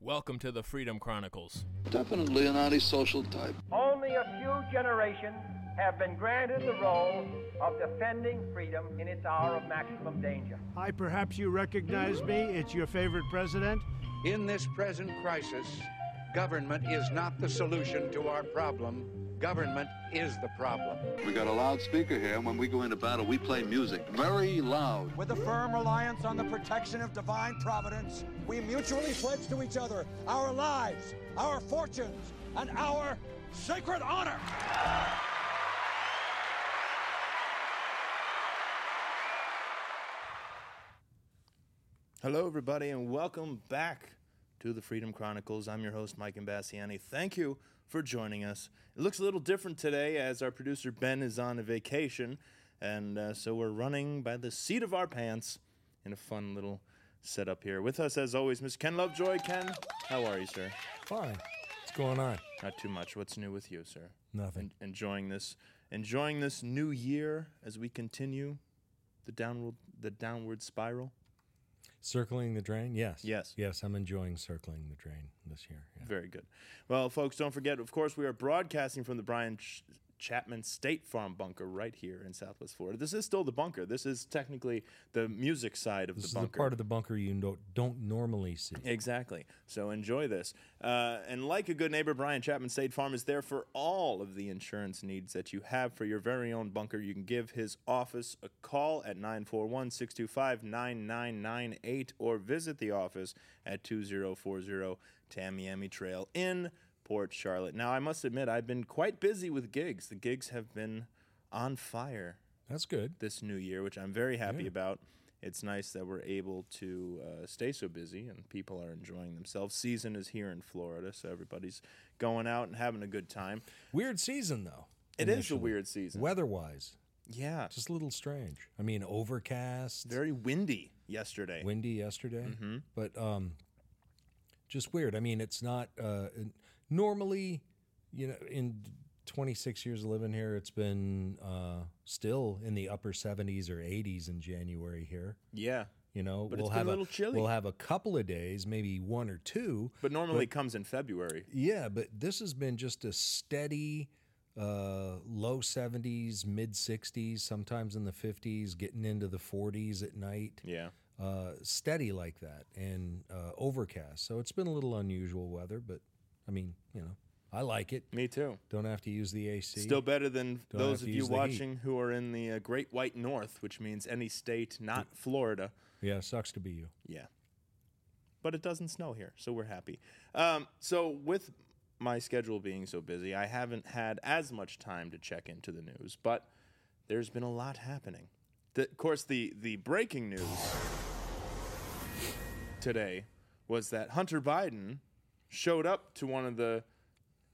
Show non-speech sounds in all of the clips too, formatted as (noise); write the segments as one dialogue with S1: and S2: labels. S1: Welcome to the Freedom Chronicles.
S2: Definitely an antisocial type.
S3: Only a few generations have been granted the role of defending freedom in its hour of maximum danger.
S4: Hi, perhaps you recognize me. It's your favorite president.
S5: In this present crisis, government is not the solution to our problem. Government is the problem.
S2: We got a loudspeaker here, and when we go into battle, we play music very loud.
S6: With a firm reliance on the protection of divine providence, we mutually pledge to each other our lives, our fortunes, and our sacred honor.
S7: Hello, everybody, and welcome back to the Freedom Chronicles. I'm your host, Mike Ambassiani. Thank you for joining us. It looks a little different today as our producer Ben is on a vacation, and uh, so we're running by the seat of our pants in a fun little setup here. With us, as always, Mr. Ken Lovejoy. Ken, how are you, sir?
S8: Fine. What's going on?
S7: Not too much. What's new with you, sir?
S8: Nothing.
S7: En- enjoying this, enjoying this new year as we continue the downward, the downward spiral.
S8: Circling the drain? Yes.
S7: Yes.
S8: Yes, I'm enjoying circling the drain this year. Yeah.
S7: Very good. Well, folks, don't forget, of course, we are broadcasting from the Brian Ch- Chapman State Farm bunker right here in Southwest Florida. This is still the bunker. This is technically the music side of
S8: This is
S7: the bunker.
S8: the part of the bunker you no- don't normally see.
S7: Exactly. So enjoy this. Uh, and like a good neighbor, Brian Chapman State Farm is there for all of the insurance needs that you have for your very own bunker. You can give his office a call at 941 625 9998 or visit the office at 2040 Tamiami Trail in Port Charlotte. Now, I must admit, I've been quite busy with gigs. The gigs have been on fire
S8: That's good.
S7: this new year, which I'm very happy about. It's nice that we're able to uh, stay so busy and people are enjoying themselves. Season is here in Florida, so everybody's going out and having a good time.
S8: Weird season, though.
S7: It is a weird season.
S8: Weather wise,
S7: yeah,
S8: just a little strange. I mean, overcast,
S7: very Mm-hmm. windy yesterday.
S8: windy yesterday, but um, just weird. I mean, it's not uh, n- normally, you know, in 26 years of living here, it's been uh, still in the upper 70s or 80s in January here.
S7: yeah,
S8: You know,
S7: But it's
S8: we'll
S7: been a
S8: have
S7: little chilly.
S8: We'll have a couple of days, maybe one or two.
S7: but normally it comes in February.
S8: Yeah, but this has been just a steady uh, low 70s, mid 60s, sometimes in the 50s, getting into the 40s at night.
S7: Yeah,
S8: Uh, steady like that and uh, overcast. So it's been a little unusual weather, but I mean, you know, I like it.
S7: me too.
S8: Don't have to use the AC.
S7: Still better than
S8: Don't have
S7: those
S8: to
S7: of you
S8: use the heat.
S7: watching who are in the uh, Great White North, which means any state not Florida.
S8: yeah, sucks to be you.
S7: Yeah. But it doesn't snow here, so we're happy. Um, so with my schedule being so busy, I haven't had as much time to check into the news, but there's been a lot happening. The, of course, the, the breaking news today was that Hunter Biden showed up to one of the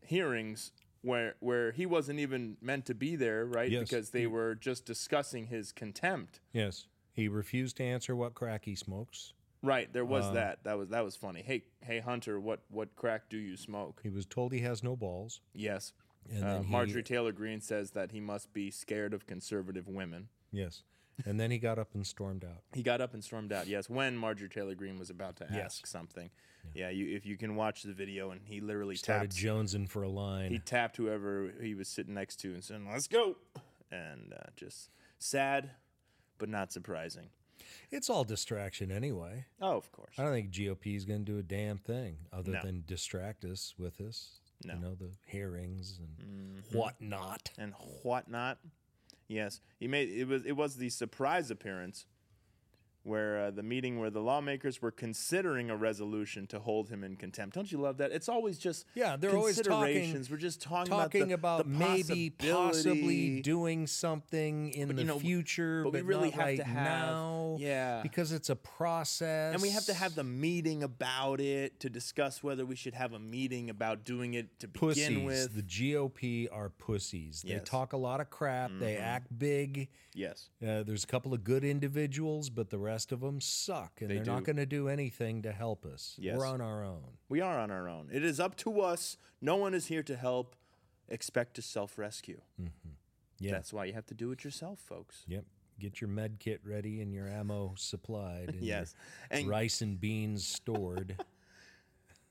S7: hearings where where he wasn't even meant to be there, right?
S8: Yes.
S7: Because they were just discussing his contempt.
S8: Yes. He refused to answer what crack he smokes.
S7: Right, there
S8: Uh,
S7: was that. That was that was funny. Hey, hey, Hunter, what what crack do you smoke?
S8: He was told he has no balls.
S7: Yes.
S8: And
S7: Uh,
S8: then he-
S7: Marjorie Taylor Greene says that he must be scared of conservative women.
S8: Yes. And then he got up and stormed out.
S7: He got up and stormed out. Yes, when Marjorie Taylor Greene was about to ask
S8: Yes.
S7: something. Yeah, you, if you can watch the video, and he literally
S8: Started
S7: tapped.
S8: jonesing for a line.
S7: he tapped whoever he was sitting next to and said, "Let's go," and uh, just sad, but not surprising.
S8: It's all distraction anyway.
S7: Oh, of course.
S8: I don't think GOP is going to do a damn thing other
S7: No.
S8: than distract us with this.
S7: No. Mm-hmm.
S8: You know, the hearings and whatnot.
S7: and whatnot. Yes, he made it was it was the surprise appearance where uh, the meeting where the lawmakers were considering a resolution to hold him in contempt. Don't you love that? It's always just
S8: Yeah, they're always talking.
S7: considerations. We're just talking,
S8: talking
S7: about,
S8: about,
S7: the, the
S8: maybe possibly
S7: possibility.
S8: doing something in
S7: But,
S8: the
S7: you know,
S8: future,
S7: but
S8: but,
S7: we really
S8: not
S7: have
S8: right
S7: to have-
S8: now.
S7: yeah.
S8: because it's a process,
S7: And we have to have the meeting about it to discuss whether we should have a meeting about doing it to
S8: pussies.
S7: begin with.
S8: The GOP are pussies. They
S7: Yes. Mm-hmm.
S8: talk a lot of crap. They act big.
S7: yes.
S8: Uh, there's a couple of good individuals, but the rest of them suck, and
S7: They
S8: they are not
S7: do.
S8: going to do anything to help us.
S7: Yes.
S8: We're on our own.
S7: We are on our own. It is up to us. No one is here to help. Expect to self rescue.
S8: Yeah.
S7: That's why you have to do it yourself, folks.
S8: Yep. Get your med kit ready
S7: (laughs)
S8: and your ammo supplied. And
S7: Yes.
S8: Your
S7: And-
S8: rice and beans stored.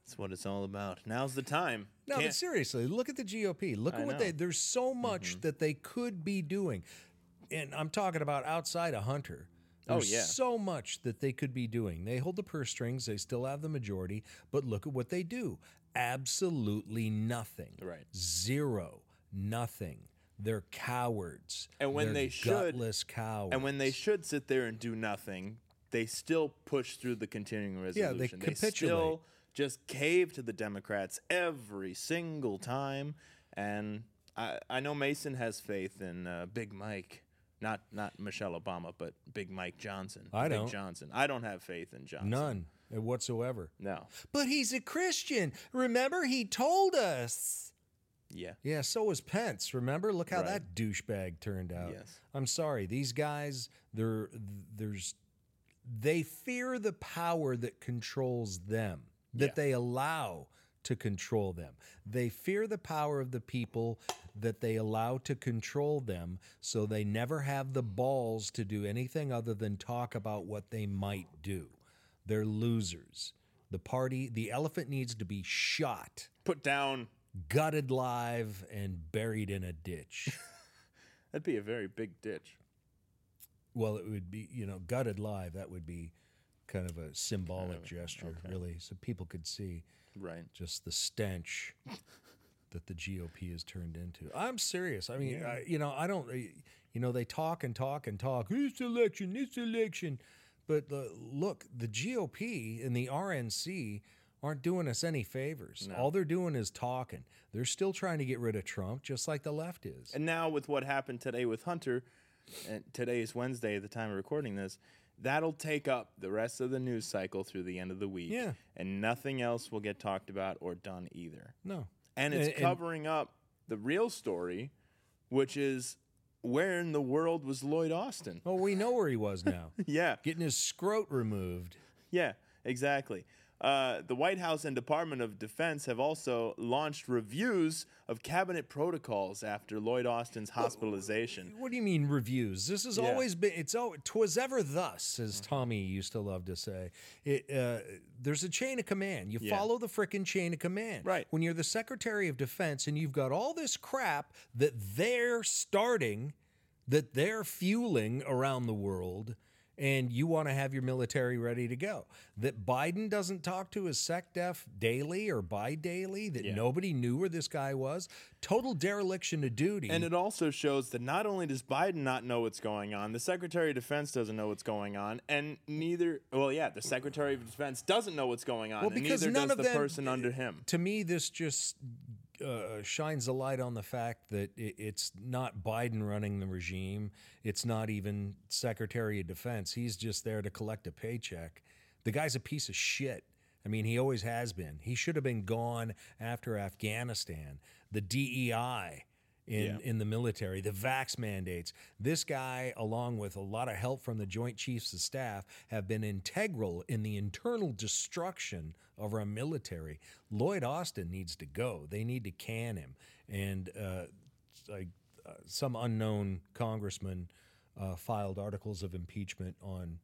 S7: That's what it's all about. Now's the time.
S8: No,
S7: Can't-
S8: but seriously, look at the GOP. Look
S7: I
S8: at what
S7: know. Mm-hmm.
S8: they there's so much that they could be doing. And I'm talking about outside of Hunter.
S7: Oh,
S8: There's
S7: yeah.
S8: so much that they could be doing. They hold the purse strings, they still have the majority, but look at what they do. Absolutely nothing.
S7: Right.
S8: Zero. Nothing. They're cowards.
S7: And when
S8: They're
S7: they should-
S8: gutless cowards.
S7: and when they should sit there and do nothing, they still push through the continuing
S8: Yeah,
S7: resolution.
S8: they capitulate.
S7: still just cave to the Democrats every single time. And I, I know Mason has faith in uh, Big Mike, not not Michelle Obama, but Big Mike Johnson.
S8: I
S7: Big
S8: don't.
S7: Johnson. I don't have faith in Johnson.
S8: none uh, whatsoever.
S7: No.
S8: But he's a Christian. Remember, he told us.
S7: Yeah.
S8: Yeah, so was Pence. Remember? Look how
S7: Right.
S8: that douchebag turned out.
S7: Yes.
S8: I'm sorry. These guys, they're there's they fear the power that controls them, that
S7: Yeah.
S8: they allow to control them. They fear the power of the people that they allow to control them, so they never have the balls to do anything other than talk about what they might do. They're losers. The party, the elephant needs to be shot
S7: Put down.
S8: gutted live and buried in a ditch. (laughs)
S7: That'd be a very big ditch.
S8: well, it would be, you know, gutted live, that would be kind of a symbolic gesture, really, so people could see
S7: Right.
S8: just the stench that the GOP has turned into. I'm serious. I mean, I, you know, I don't, you know, they talk and talk and talk, this election, this election. But the, look, the GOP and the RNC aren't doing us any favors. All they're doing is talking. They're still trying to get rid of Trump, just like the left is.
S7: And now with what happened today with Hunter, and today is Wednesday at the time of recording this, that'll take up the rest of the news cycle through the end of the week.
S8: Yeah.
S7: And nothing else will get talked about or done either.
S8: No.
S7: And it's
S8: And- and-
S7: covering up the real story, which is where in the world was Lloyd Austin?
S8: Well, we know where he was now.
S7: (laughs) Yeah.
S8: Getting his scrote removed.
S7: Yeah, exactly. Uh, the White House and Department of Defense have also launched reviews of cabinet protocols after Lloyd Austin's hospitalization.
S8: What do you mean reviews? This has
S7: Yeah. Mm-hmm.
S8: always been it's oh twas ever thus, as Tommy used to love to say. It uh, there's a chain of command. You
S7: Yeah.
S8: follow the frickin' chain of command.
S7: Right.
S8: When you're the Secretary of Defense and you've got all this crap that they're starting, that they're fueling around the world. And you want to have your military ready to go. That Biden doesn't talk to his SecDef daily or bi daily, that nobody knew where this guy was. Total dereliction of duty.
S7: And it also shows that not only does Biden not know what's going on, the Secretary of Defense doesn't know what's going on, and neither, well, yeah, the Secretary of Defense doesn't know what's going on,
S8: Well,
S7: and
S8: because
S7: neither
S8: none
S7: does
S8: of
S7: the
S8: them-
S7: person under him.
S8: to me, this just uh, shines a light on the fact that i it's not Biden running the regime. It's not even Secretary of Defense. He's just there to collect a paycheck. The guy's a piece of shit. I mean, he always has been. He should have been gone after Afghanistan. The E DEI in, in the military, the vax mandates. This guy, along with a lot of help from the Joint Chiefs of Staff, have been integral in the internal destruction of our military. Lloyd Austin needs to go. They need to can him. And uh, like uh, some unknown congressman uh, filed articles of impeachment on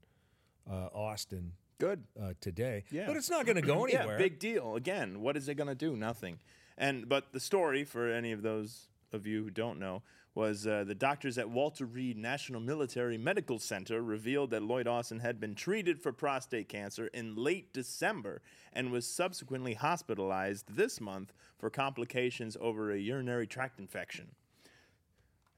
S8: uh, Austin
S7: Good.
S8: uh, today.
S7: Yeah.
S8: But it's not going to go anywhere.
S7: (clears throat) Yeah, big deal. Again, what is it going to do? Nothing. And but the story for any of those of you who don't know was uh, the doctors at Walter Reed National Military Medical Center revealed that Lloyd Austin had been treated for prostate cancer in late December and was subsequently hospitalized this month for complications over a urinary tract infection.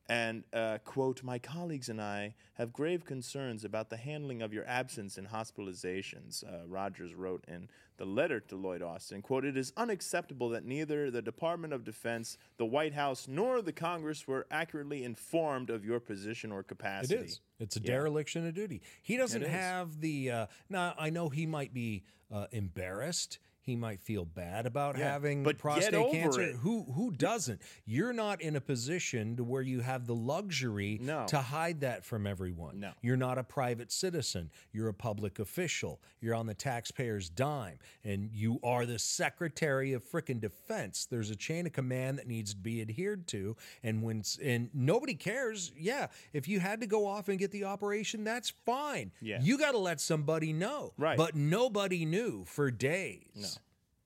S7: And, uh, quote, my colleagues and I have grave concerns about the handling of your absence and hospitalizations, uh, Rogers wrote in the letter to Lloyd Austin. Quote, it is unacceptable that neither the Department of Defense, the White House, nor the Congress were accurately informed of your position or
S8: It
S7: capacity.
S8: is. It's a dereliction of duty. He doesn't
S7: It is.
S8: have the. Uh, now I know he might be uh, embarrassed. He might feel bad about having
S7: but get
S8: prostate
S7: over
S8: cancer.
S7: it.
S8: Who who doesn't? You're not in a position to where you have the luxury
S7: No.
S8: to hide that from everyone.
S7: No.
S8: You're not a private citizen. You're a public official. You're on the taxpayer's dime. And you are the Secretary of frickin' Defense. There's a chain of command that needs to be adhered to. And when s- and nobody cares, yeah. If you had to go off and get the operation, that's fine.
S7: Yeah.
S8: You gotta let somebody know.
S7: Right.
S8: But nobody knew for days.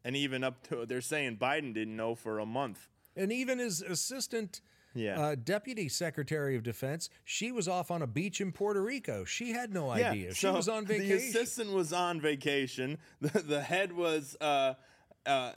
S9: And even up to they're saying Biden didn't know for a month.
S8: And even his assistant,
S9: Yeah.
S8: uh, deputy secretary of defense, she was off on a beach in Puerto Rico. She had no idea. she
S9: so
S8: was on
S9: (laughs) The
S8: vacation.
S9: assistant was on vacation. The, the head was uh, uh,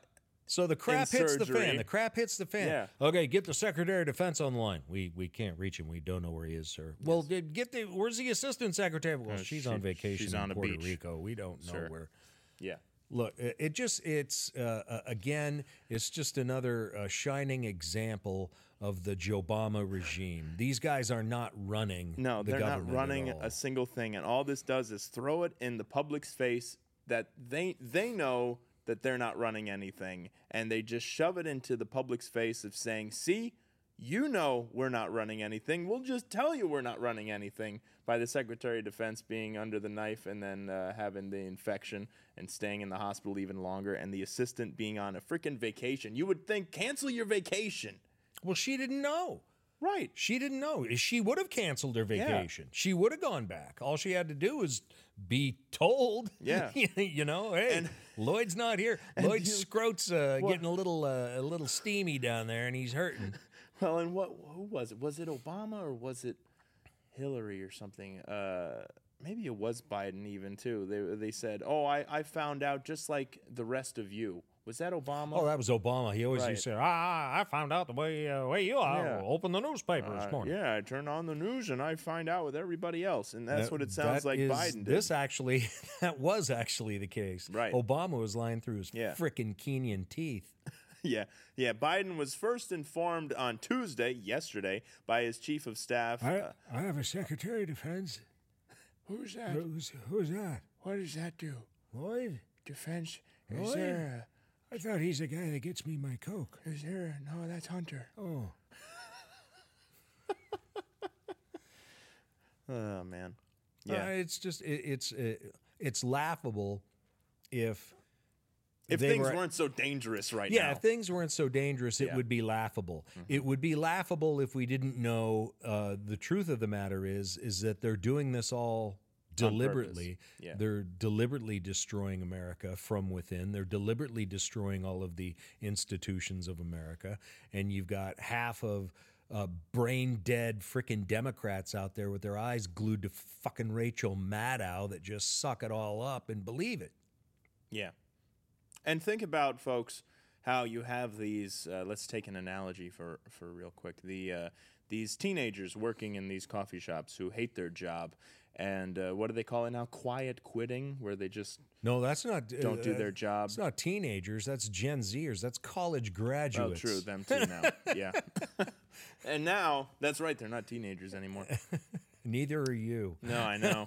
S8: so the crap
S9: in
S8: hits the fan.
S9: surgery.
S8: The crap hits the fan.
S9: Yeah.
S8: Okay, get the secretary of defense on the line. We we can't reach him. We don't know where he is, sir. Well, did- get the where's the assistant secretary? Well, she's
S9: Uh, she-
S8: on vacation
S9: she's
S8: in
S9: on a
S8: Puerto
S9: beach.
S8: Rico. We don't know
S9: Sir.
S8: where.
S9: yeah.
S8: Look, it it just, it's, uh, uh, again, it's just another uh, shining example of the Obama regime. These guys are not running.
S9: No,
S8: the
S9: they're not
S8: government at
S9: running
S8: all.
S9: a single thing, and all this does is throw it in the public's face that they they know that they're not running anything, and they just shove it into the public's face of saying, "See, you know we're not running anything. We'll just tell you we're not running anything." By the Secretary of Defense being under the knife and then uh, having the infection and staying in the hospital even longer, and the assistant being on a freaking vacation. You would think cancel your vacation,
S8: Well, she didn't know.
S9: right?
S8: She didn't know. She would have canceled her vacation. She would have gone back. All she had to do was be told. (laughs)
S9: Yeah.
S8: you know, hey, Lloyd's not
S9: (laughs)
S8: here. Lloyd Scroat's uh,
S9: Well-
S8: getting a little uh, a little steamy down there and he's
S9: (laughs)
S8: hurting.
S9: Well, and what who was it? Was it Obama or was it Hillary or something? Uh, maybe it was Biden even too. They they said, "Oh, I I found out just like the rest of you." Was that Obama?
S8: Oh, that was Obama. He always
S9: Right.
S8: used to say, ah, I found out the way, uh, way you are.
S9: Yeah.
S8: Open the newspaper
S9: Uh,
S8: this morning.
S9: yeah, I turn on the news and I find out with everybody else, and that's
S8: That-
S9: what it sounds
S8: that
S9: like
S8: is-
S9: Biden did.
S8: This actually, (laughs) that was actually the case.
S9: Right.
S8: Obama was lying through his
S9: Yeah.
S8: frickin' Kenyan teeth.
S9: (laughs) yeah, yeah. Biden was first informed on Tuesday, yesterday, by his chief of staff. uh,
S8: I have a Secretary of Defense.
S9: Who's that?
S8: Who's, who's that?
S9: What does that do?
S8: Lloyd?
S9: Defense?
S8: Lloyd?
S9: there?
S8: I thought he's the guy that gets me my coke.
S9: A, is there? A, no, that's Hunter.
S8: Oh,
S9: Oh man.
S8: yeah. it's just it, it's uh it's laughable if
S9: if
S8: they
S9: things
S8: were-
S9: were, not so dangerous right
S8: yeah
S9: now.
S8: if things weren't so dangerous it
S9: Yeah. Mm-hmm.
S8: would be laughable. It would be laughable if we didn't know uh, the truth of the matter is is that they're doing this all deliberately.
S9: Yeah.
S8: They're deliberately destroying America from within. They're deliberately destroying all of the institutions of America. And you've got half of uh, brain dead frickin' Democrats out there with their eyes glued to fucking Rachel Maddow that just suck it all up and believe it.
S9: yeah. And think about folks how you have these. Uh, let's take an analogy for for real quick. The uh, these teenagers working in these coffee shops who hate their job, and uh, what do they call it now? Quiet quitting, where they just
S8: No, that's not.
S9: Don't do their job.
S8: It's not teenagers. That's Gen Zers. That's college
S9: oh,
S8: graduates.
S9: true them too now. yeah. and now that's right. They're not teenagers anymore.
S8: Neither are you.
S9: No, I know.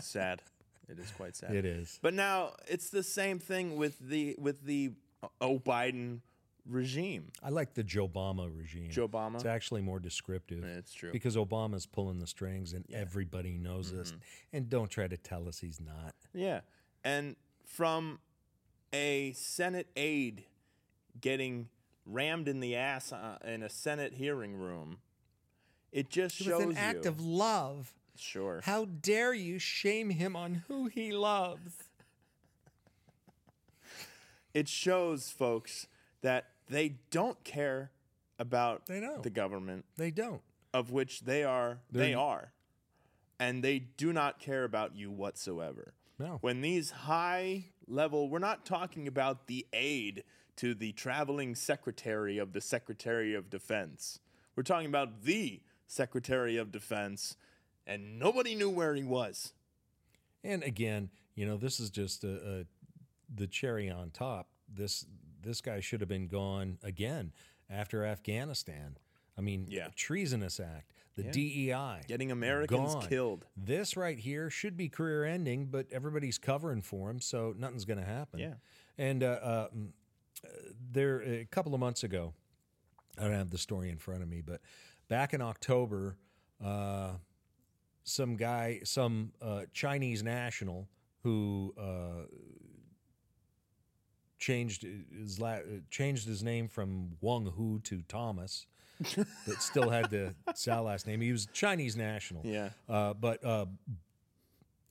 S9: sad. It is quite sad.
S8: It is.
S9: But now it's the same thing with the with the oh Biden regime.
S8: I like the Joe Obama regime.
S9: Joe Obama?
S8: It's actually more descriptive.
S9: It's true.
S8: Because Obama's pulling the strings, and everybody knows this.
S9: Mm-hmm.
S8: And don't try to tell us he's not.
S9: Yeah. And from a Senate aide getting rammed in the ass uh, in a Senate hearing room, it just shows you.
S8: love.
S9: sure.
S8: How dare you shame him on who he loves?
S9: it shows folks that they don't care about
S8: They don't.
S9: the government
S8: They don't.
S9: of which they are they
S8: They're-
S9: are and they do not care about you whatsoever
S8: No.
S9: when these high level we're not talking about the aide to the traveling secretary of the secretary of defense we're talking about the secretary of defense and nobody knew where he was
S8: And again, you know, this is just a, a the cherry on top. This this guy should have been gone again after Afghanistan. I mean,
S9: Yeah.
S8: treasonous act, the DEI,
S9: Getting Americans
S8: gone.
S9: killed.
S8: This right here should be career ending, but everybody's covering for him, so nothing's going to happen.
S9: Yeah.
S8: And uh, uh, mm, uh, there, a couple of months ago, I don't have the story in front of me, but back in October, uh, some guy, some uh, Chinese national who uh, changed his la- changed his name from Wang Hu to Thomas, but
S9: (laughs)
S8: still had the Zhao last name. He was Chinese national.
S9: Yeah.
S8: uh, but uh,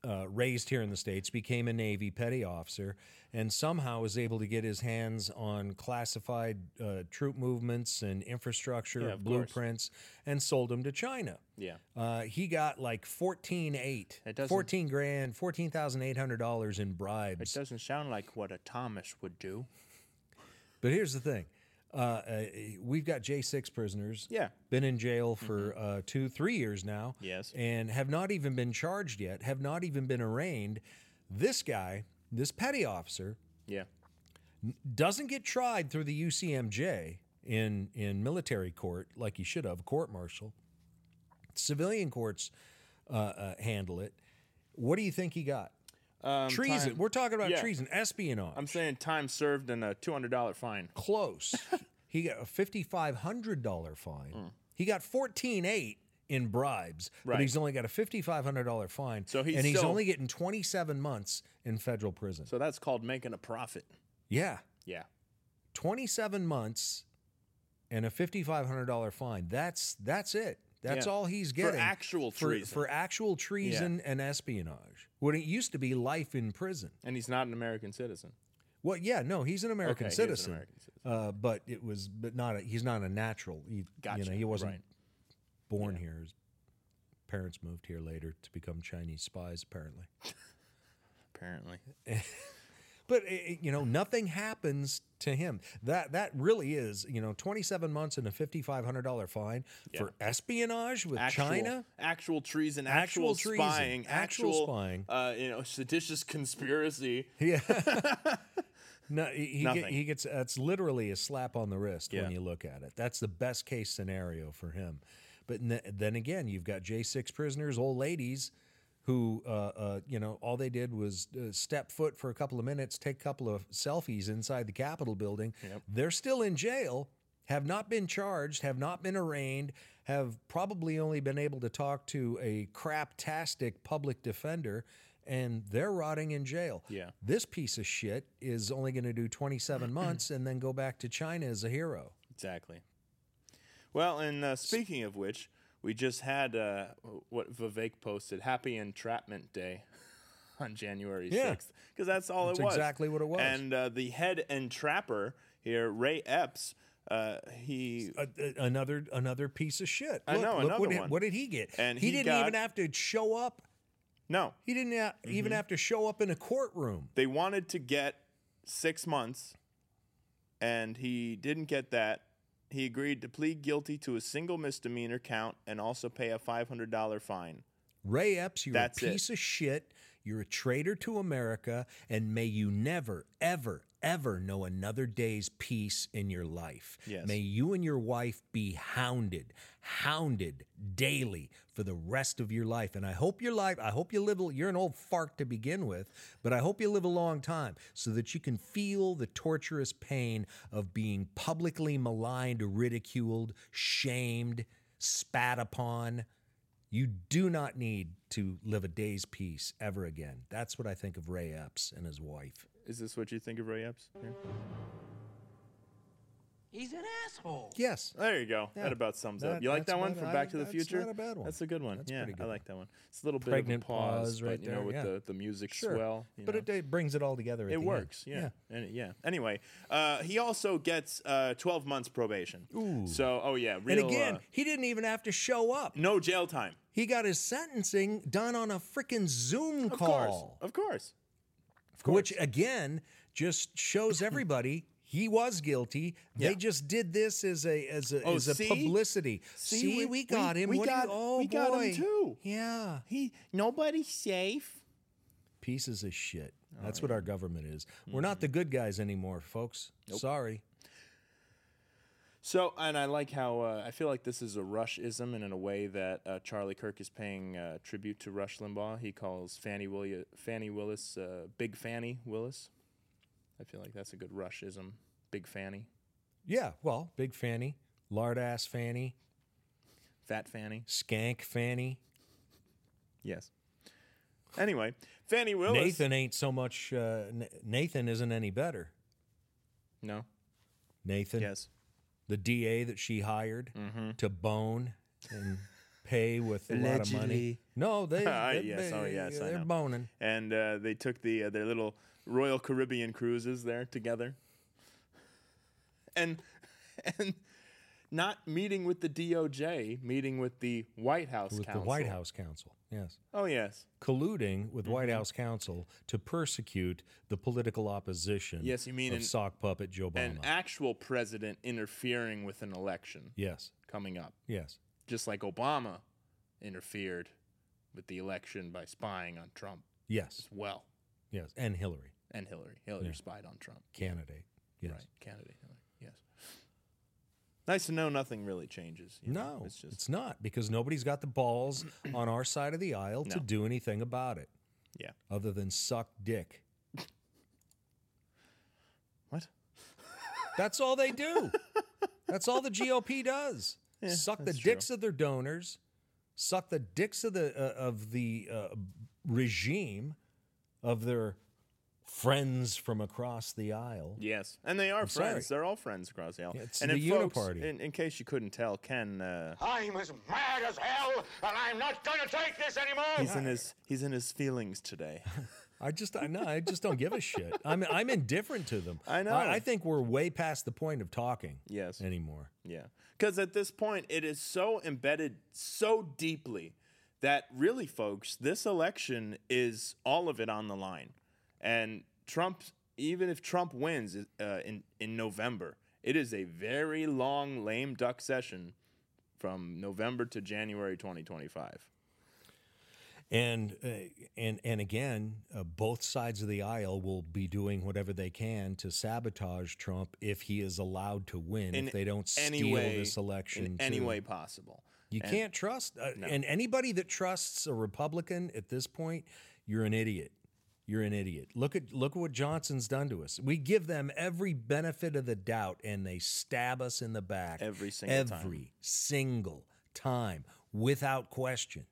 S8: uh, raised here in the States, became a Navy petty officer, and somehow was able to get his hands on classified uh, troop movements and infrastructure
S9: Yeah, of course.
S8: blueprints and sold them to China.
S9: Yeah.
S8: Uh, he got like 14 eight,
S9: It doesn't-
S8: 14 grand, $14,800 in bribes.
S9: It doesn't sound like what a Thomas would do.
S8: But here's the thing. Uh, uh, we've got J6 prisoners.
S9: Yeah. Mm-hmm.
S8: Been in jail for uh, two, three years now.
S9: Yes.
S8: And have not even been charged yet, have not even been arraigned. This guy, this petty officer,
S9: Yeah.
S8: doesn't get tried through the UCMJ in, in military court like he should have, court martial. Civilian courts uh, uh, handle it. What do you think he got?
S9: Um,
S8: treason.
S9: time-
S8: We're talking about
S9: yeah.
S8: treason, espionage.
S9: I'm saying time served and a $200 fine. (laughs)
S8: close. he got a fifty five hundred dollar fine. He got fourteen eight in bribes,
S9: Mm. Right.
S8: but he's only got a fifty five hundred dollar fine.
S9: So he's
S8: and he's
S9: still-
S8: only getting twenty seven months in federal prison.
S9: So that's called making a profit.
S8: yeah,
S9: Yeah.
S8: twenty seven months and a fifty five hundred dollar fine. That's that's it. That's
S9: Yeah.
S8: all he's
S9: For
S8: getting
S9: actual
S8: for,
S9: treason.
S8: for actual treason and espionage. When it used to be life in prison.
S9: And he's not an American citizen.
S8: Well, yeah, no, he's an American
S9: Okay, he is an
S8: citizen.
S9: American citizen.
S8: Uh, but it was, but not a, he's not a natural. He,
S9: Gotcha.
S8: You know, he wasn't
S9: Right.
S8: born here. His parents moved here later to become Chinese spies, apparently.
S9: Apparently.
S8: But eh, eh, you know, nothing happens to him. That that really is, you know, twenty seven months and a fifty five hundred dollar fine for espionage with
S9: Actual,
S8: China.
S9: Actual treason. Actual,
S8: Actual treason,
S9: spying.
S8: actual spying.
S9: Uh, you know, seditious conspiracy.
S8: (laughs) Yeah. No, he, he, get-
S9: Nothing.
S8: he gets that's literally a slap on the wrist
S9: Yeah.
S8: when you look at it. That's the best case scenario for him. But n- then again, you've got J six prisoners, old ladies, who uh, uh, you know all they did was uh, step foot for a couple of minutes, take a couple of selfies inside the Capitol building. They're still in jail, have not been charged, have not been arraigned, have probably only been able to talk to a craptastic public defender. And they're rotting in jail
S9: Yeah.
S8: this piece of shit is only going to do (clears throat) 27 months and then go back to China as a hero.
S9: Exactly. Well, and uh, speaking of which, we just had uh, what Vivek posted Happy Entrapment Day (laughs) on January 6th.
S8: Yeah.
S9: Because that's all
S8: That's
S9: it was.
S8: exactly what it was.
S9: And uh, the head entrapper here, Ray Epps, uh, he.
S8: A, a- another another piece of shit.
S9: I
S8: Look-
S9: know,
S8: look
S9: another
S8: what, he-
S9: one.
S8: what did he get?
S9: And
S8: he,
S9: he
S8: didn't even
S9: got-
S8: have to show up.
S9: No,
S8: He didn't ha- even have to show up in a courtroom.
S9: they wanted to get six months, and he didn't get that. He agreed to plead guilty to a single misdemeanor count and also pay a $500 fine.
S8: Ray Epps, you're
S9: That's
S8: a
S9: it.
S8: piece of shit. You're a traitor to America, and may you never, ever, ever know another day's peace in your life.
S9: Yes.
S8: May you and your wife be hounded, hounded daily for the rest of your life. And I hope your life, I hope you live, you're an old fart to begin with, but I hope you live a long time so that you can feel the torturous pain of being publicly maligned, ridiculed, shamed, spat upon. You do not need to live a day's peace ever again. That's what I think of Ray Epps and his wife.
S9: Is this what you think of Ray Epps? Here?
S10: He's an asshole.
S8: Yes.
S9: There you go.
S8: Yeah.
S9: That about sums
S8: That-
S9: up. You like
S8: that's
S9: that one
S8: not-
S9: from
S8: I-
S9: Back to the
S8: that's
S9: Future?
S8: not a bad one.
S9: That's a good one.
S8: That's a
S9: yeah,
S8: pretty
S9: I
S8: good
S9: like that one. It's a little bit
S8: Pregnant
S9: of a pause,
S8: pause right
S9: but you know,
S8: there,
S9: with
S8: yeah.
S9: the, the music
S8: Sure.
S9: swell. You
S8: but
S9: know.
S8: it, it brings it all together. At
S9: It
S8: the
S9: works,
S8: end.
S9: yeah. Yeah. And, yeah. Anyway, uh, he also gets uh, 12 months probation. Ooh. So, oh yeah, real.
S8: and again,
S9: uh,
S8: he didn't even have to show up.
S9: no jail time.
S8: He got his sentencing done on a freaking Zoom
S9: Of course,
S8: call,
S9: of course.
S8: which again just shows everybody he was guilty. They
S9: Yeah.
S8: just did this as a as a
S9: Oh,
S8: as a
S9: see?
S8: publicity.
S9: See,
S8: See,
S9: we-
S8: we,
S9: we-
S8: got him.
S9: we
S8: What do you-
S9: got-
S8: oh
S9: we got him
S8: boy.
S9: too.
S8: Yeah.
S9: He nobody's safe.
S8: pieces of shit.
S9: Oh,
S8: That's what our government is. We're
S9: Mm-hmm.
S8: not the good guys anymore, folks. Sorry.
S9: So, and I like how uh, I feel like this is a Rush-ism, and in a way that uh, Charlie Kirk is paying uh, tribute to Rush Limbaugh. He calls Fannie, Willi- Fannie Willis uh, Big Fannie Willis. I feel like that's a good Rush-ism. Big Fannie,
S8: Yeah, well, big fanny, lard ass fanny,
S9: Fat Fannie.
S8: skank fanny.
S9: Yes. Anyway, Fannie Willis.
S8: Nathan ain't so much. Uh, N- Nathan isn't any better.
S9: No.
S8: Nathan,
S9: Yes. Mm-hmm.
S8: the DA that she hired to bone and pay with a lot of money.
S9: Allegedly.
S8: No, they,
S9: (laughs) Ah,
S8: they,
S9: yes, oh
S8: they-
S9: yes, I
S8: they're
S9: know.
S8: boning.
S9: And uh, they took the uh, their little Royal Caribbean cruises there together, and (laughs) and not meeting with the DOJ, meeting with the White House.
S8: with
S9: counsel.
S8: the White House counsel. Yes.
S9: Oh yes,
S8: Colluding with White
S9: Mm-hmm.
S8: House counsel to persecute the political opposition.
S9: Yes, you mean
S8: of
S9: an-
S8: sock puppet Joe
S9: an
S8: Obama.
S9: actual president interfering with an election
S8: yes.
S9: coming up,
S8: Yes.
S9: just like Obama interfered with the election by spying on Trump
S8: Yes.
S9: as well,
S8: Yes. And Hillary,
S9: and Hillary. Hillary spied on Trump.
S8: candidate. Yes.
S9: Right, candidate. Hillary. Yes. Nice to know nothing really changes. you know?
S8: No,
S9: it's just
S8: not because nobody's got the balls on our side of the aisle to
S9: No.
S8: do anything about it
S9: yeah.
S8: other than suck dick.
S9: What?
S8: That's all they do. That's all the GOP does. suck the
S9: that's true.
S8: dicks of their donors, suck the dicks of the uh, of the uh, regime of their friends from across the aisle.
S9: Yes, and they are
S8: sorry.
S9: friends. They're all friends across the aisle.
S8: Yeah, it's
S9: and
S8: the
S9: in folks,
S8: Uniparty.
S9: In, in case you couldn't tell, Ken uh,
S5: I'm as mad as hell, and I'm not going to take this anymore.
S9: he's in his he's in his feelings today.
S8: I just I know I just don't give a shit. I'm I'm indifferent to them.
S9: I know.
S8: I, I think we're way past the point of talking
S9: yes.
S8: anymore.
S9: Yeah. Because at this point, it is so embedded so deeply that really, folks, this election is all of it on the line. And Trump, even if Trump wins uh, in, in November, it is a very long, lame duck session from November to January 2025.
S8: And uh, and and again, uh, both sides of the aisle will be doing whatever they can to sabotage Trump if he is allowed to win.
S9: In
S8: if they don't steal
S9: any way,
S8: this election,
S9: in any
S8: too.
S9: way possible.
S8: you
S9: And-
S8: can't trust. Uh,
S9: No.
S8: And anybody that trusts a Republican at this point, you're an idiot. You're an idiot. Look at look at what Johnson's done to us. We give them every benefit of the doubt, and they stab us in the back
S9: Every single time.
S8: every single time without question.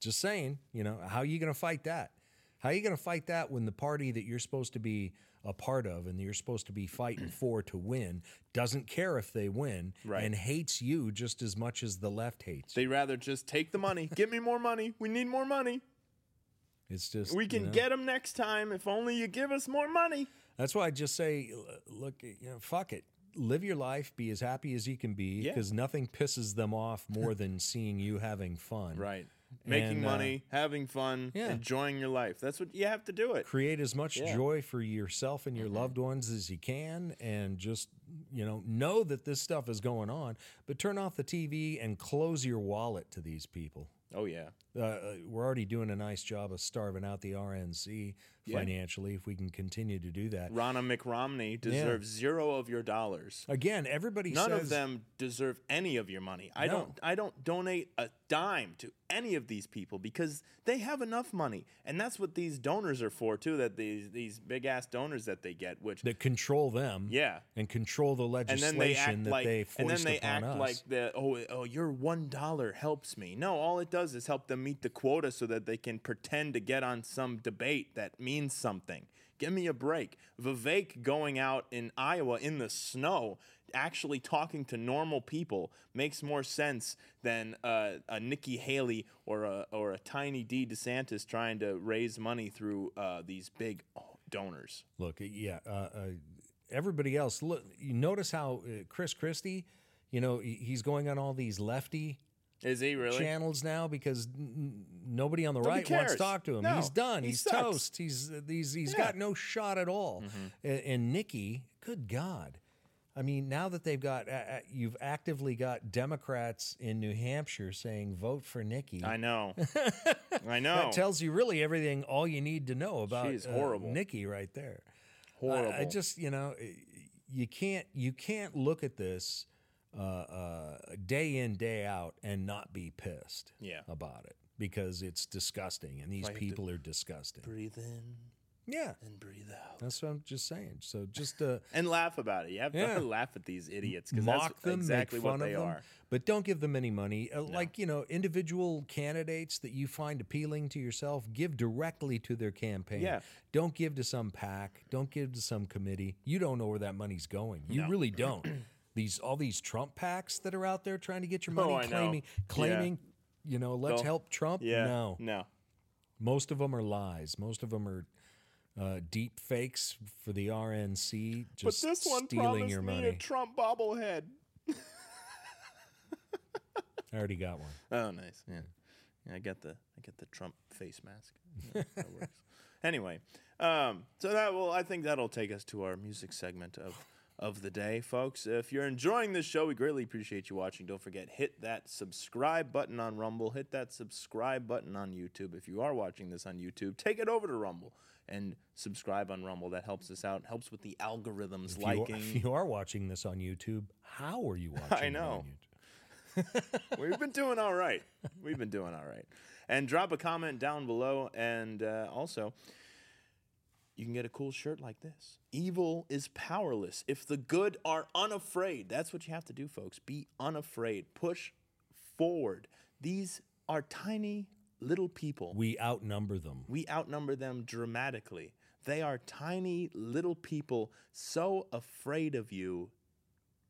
S8: Just saying, you know, how are you going to fight that? How are you going to fight that when the party that you're supposed to be a part of and you're supposed to be fighting for to win doesn't care if they win
S9: Right.
S8: and hates you just as much as the left hates?
S9: They'd rather just take the money. Give me more money. We need more money.
S8: It's just
S9: We
S8: you
S9: can
S8: know.
S9: get them next time if only you give us more money.
S8: That's why I just say, l- look, you know, fuck it. Live your life, be as happy as you can be,
S9: Yeah.
S8: because nothing pisses them
S9: (laughs)
S8: off more than seeing you having fun.
S9: Right. Making
S8: And, uh,
S9: money, having fun,
S8: yeah.
S9: enjoying your life. That's what you have to do it.
S8: create as much
S9: Yeah. Mm-hmm.
S8: joy for yourself and your loved ones as you can and just you know know that this stuff is going on but turn off the tv and close your wallet to these people
S9: Oh yeah.
S8: uh, uh, we're already doing a nice job of starving out the rnc
S9: Yeah.
S8: financially if we can continue to do that
S9: Ronna McRomney deserves zero of your dollars.
S8: again everybody
S9: None
S8: says
S9: of them deserve any of your money. I
S8: No.
S9: don't I don't donate a dime to any of these people because they have enough money. And that's what these donors are for too, that these these big ass donors that they get, which
S8: that control them
S9: Yeah.
S8: and control the
S9: and
S8: legislation
S9: then they act
S8: that
S9: like
S8: they forced
S9: and then they
S8: upon
S9: act
S8: us
S9: like the oh oh your one dollar helps me. No, all it does is help them meet the quota so that they can pretend to get on some debate that means something. Give me a break. Vivek going out in Iowa in the snow, actually talking to normal people, makes more sense than uh, a Nikki Haley or a or a Tiny D DeSantis trying to raise money through uh, these big donors.
S8: Look, uh, yeah, uh, uh, everybody else. Look, you notice how uh, Chris Christie, you know, he- he's going on all these lefty
S9: Is he really?
S8: channels now because n- n- nobody on the
S9: Nobody
S8: right wants
S9: cares.
S8: to talk to him.
S9: No,
S8: he's done.
S9: he
S8: he's
S9: sucks.
S8: toast. He's uh, he's he's got no shot at all.
S9: Mm-hmm.
S8: A- And, Nikki, good God. I mean, now that they've got, uh, uh, you've actively got Democrats in New Hampshire saying vote for Nikki. (laughs)
S9: I know. I know.
S8: That tells you really everything, all you need to know about
S9: is
S8: uh,
S9: horrible.
S8: Nikki right there. I-
S9: Horrible.
S8: I, just, you know, eh, you can't you can't look at this uh, uh, day in day out and not be pissed
S9: Yeah.
S8: about it because it's disgusting and these people are disgusting.
S9: breathe in
S8: Yeah,
S9: and breathe out.
S8: that's what I'm just saying. So just uh,
S9: And laugh about it. You have
S8: Yeah.
S9: to laugh at these idiots because
S8: mock
S9: that's
S8: them,
S9: exactly
S8: make fun
S9: what they
S8: of them,
S9: are.
S8: but don't give them any money. Uh, Like you know, individual candidates that you find appealing to yourself, give directly to their campaign.
S9: Yeah.
S8: Don't
S9: (clears throat)
S8: give to some pack. Don't give to some committee. You don't know where that money's going. You really don't. these all these Trump packs that are out there trying to get your money
S9: Oh, I know.
S8: claiming
S9: Yeah.
S8: claiming you know let's
S9: They'll-
S8: help Trump.
S9: Yeah.
S8: No,
S9: No.
S8: most of them are lies. Most of them are uh, deep fakes for the RNC. Just stealing your money.
S9: Trump bobblehead.
S8: I already got one.
S9: (laughs) Oh, nice. Yeah. yeah. I got the I got the Trump face mask. Yeah,
S8: (laughs)
S9: that works. Anyway, um, so that will I think that'll take us to our music segment of of the day, folks. If you're enjoying this show, we greatly appreciate you watching. Don't forget hit that subscribe button on Rumble. Hit that subscribe button on YouTube. If you are watching this on YouTube, take it over to Rumble and subscribe on Rumble. That helps us out. Helps with the algorithms
S8: If you,
S9: liking.
S8: are, if you are watching this on YouTube, how are
S9: (laughs)
S8: you watching? it on
S9: know.
S8: YouTube?
S9: We've been doing all right. We've been doing all right. And drop a comment down below. And uh, also, you can get a cool shirt like this Evil is powerless if the good are unafraid. That's what you have to do, folks. Be unafraid. Push forward. These are tiny little people.
S8: We outnumber them.
S9: We outnumber them dramatically. They are tiny little people, so afraid of you.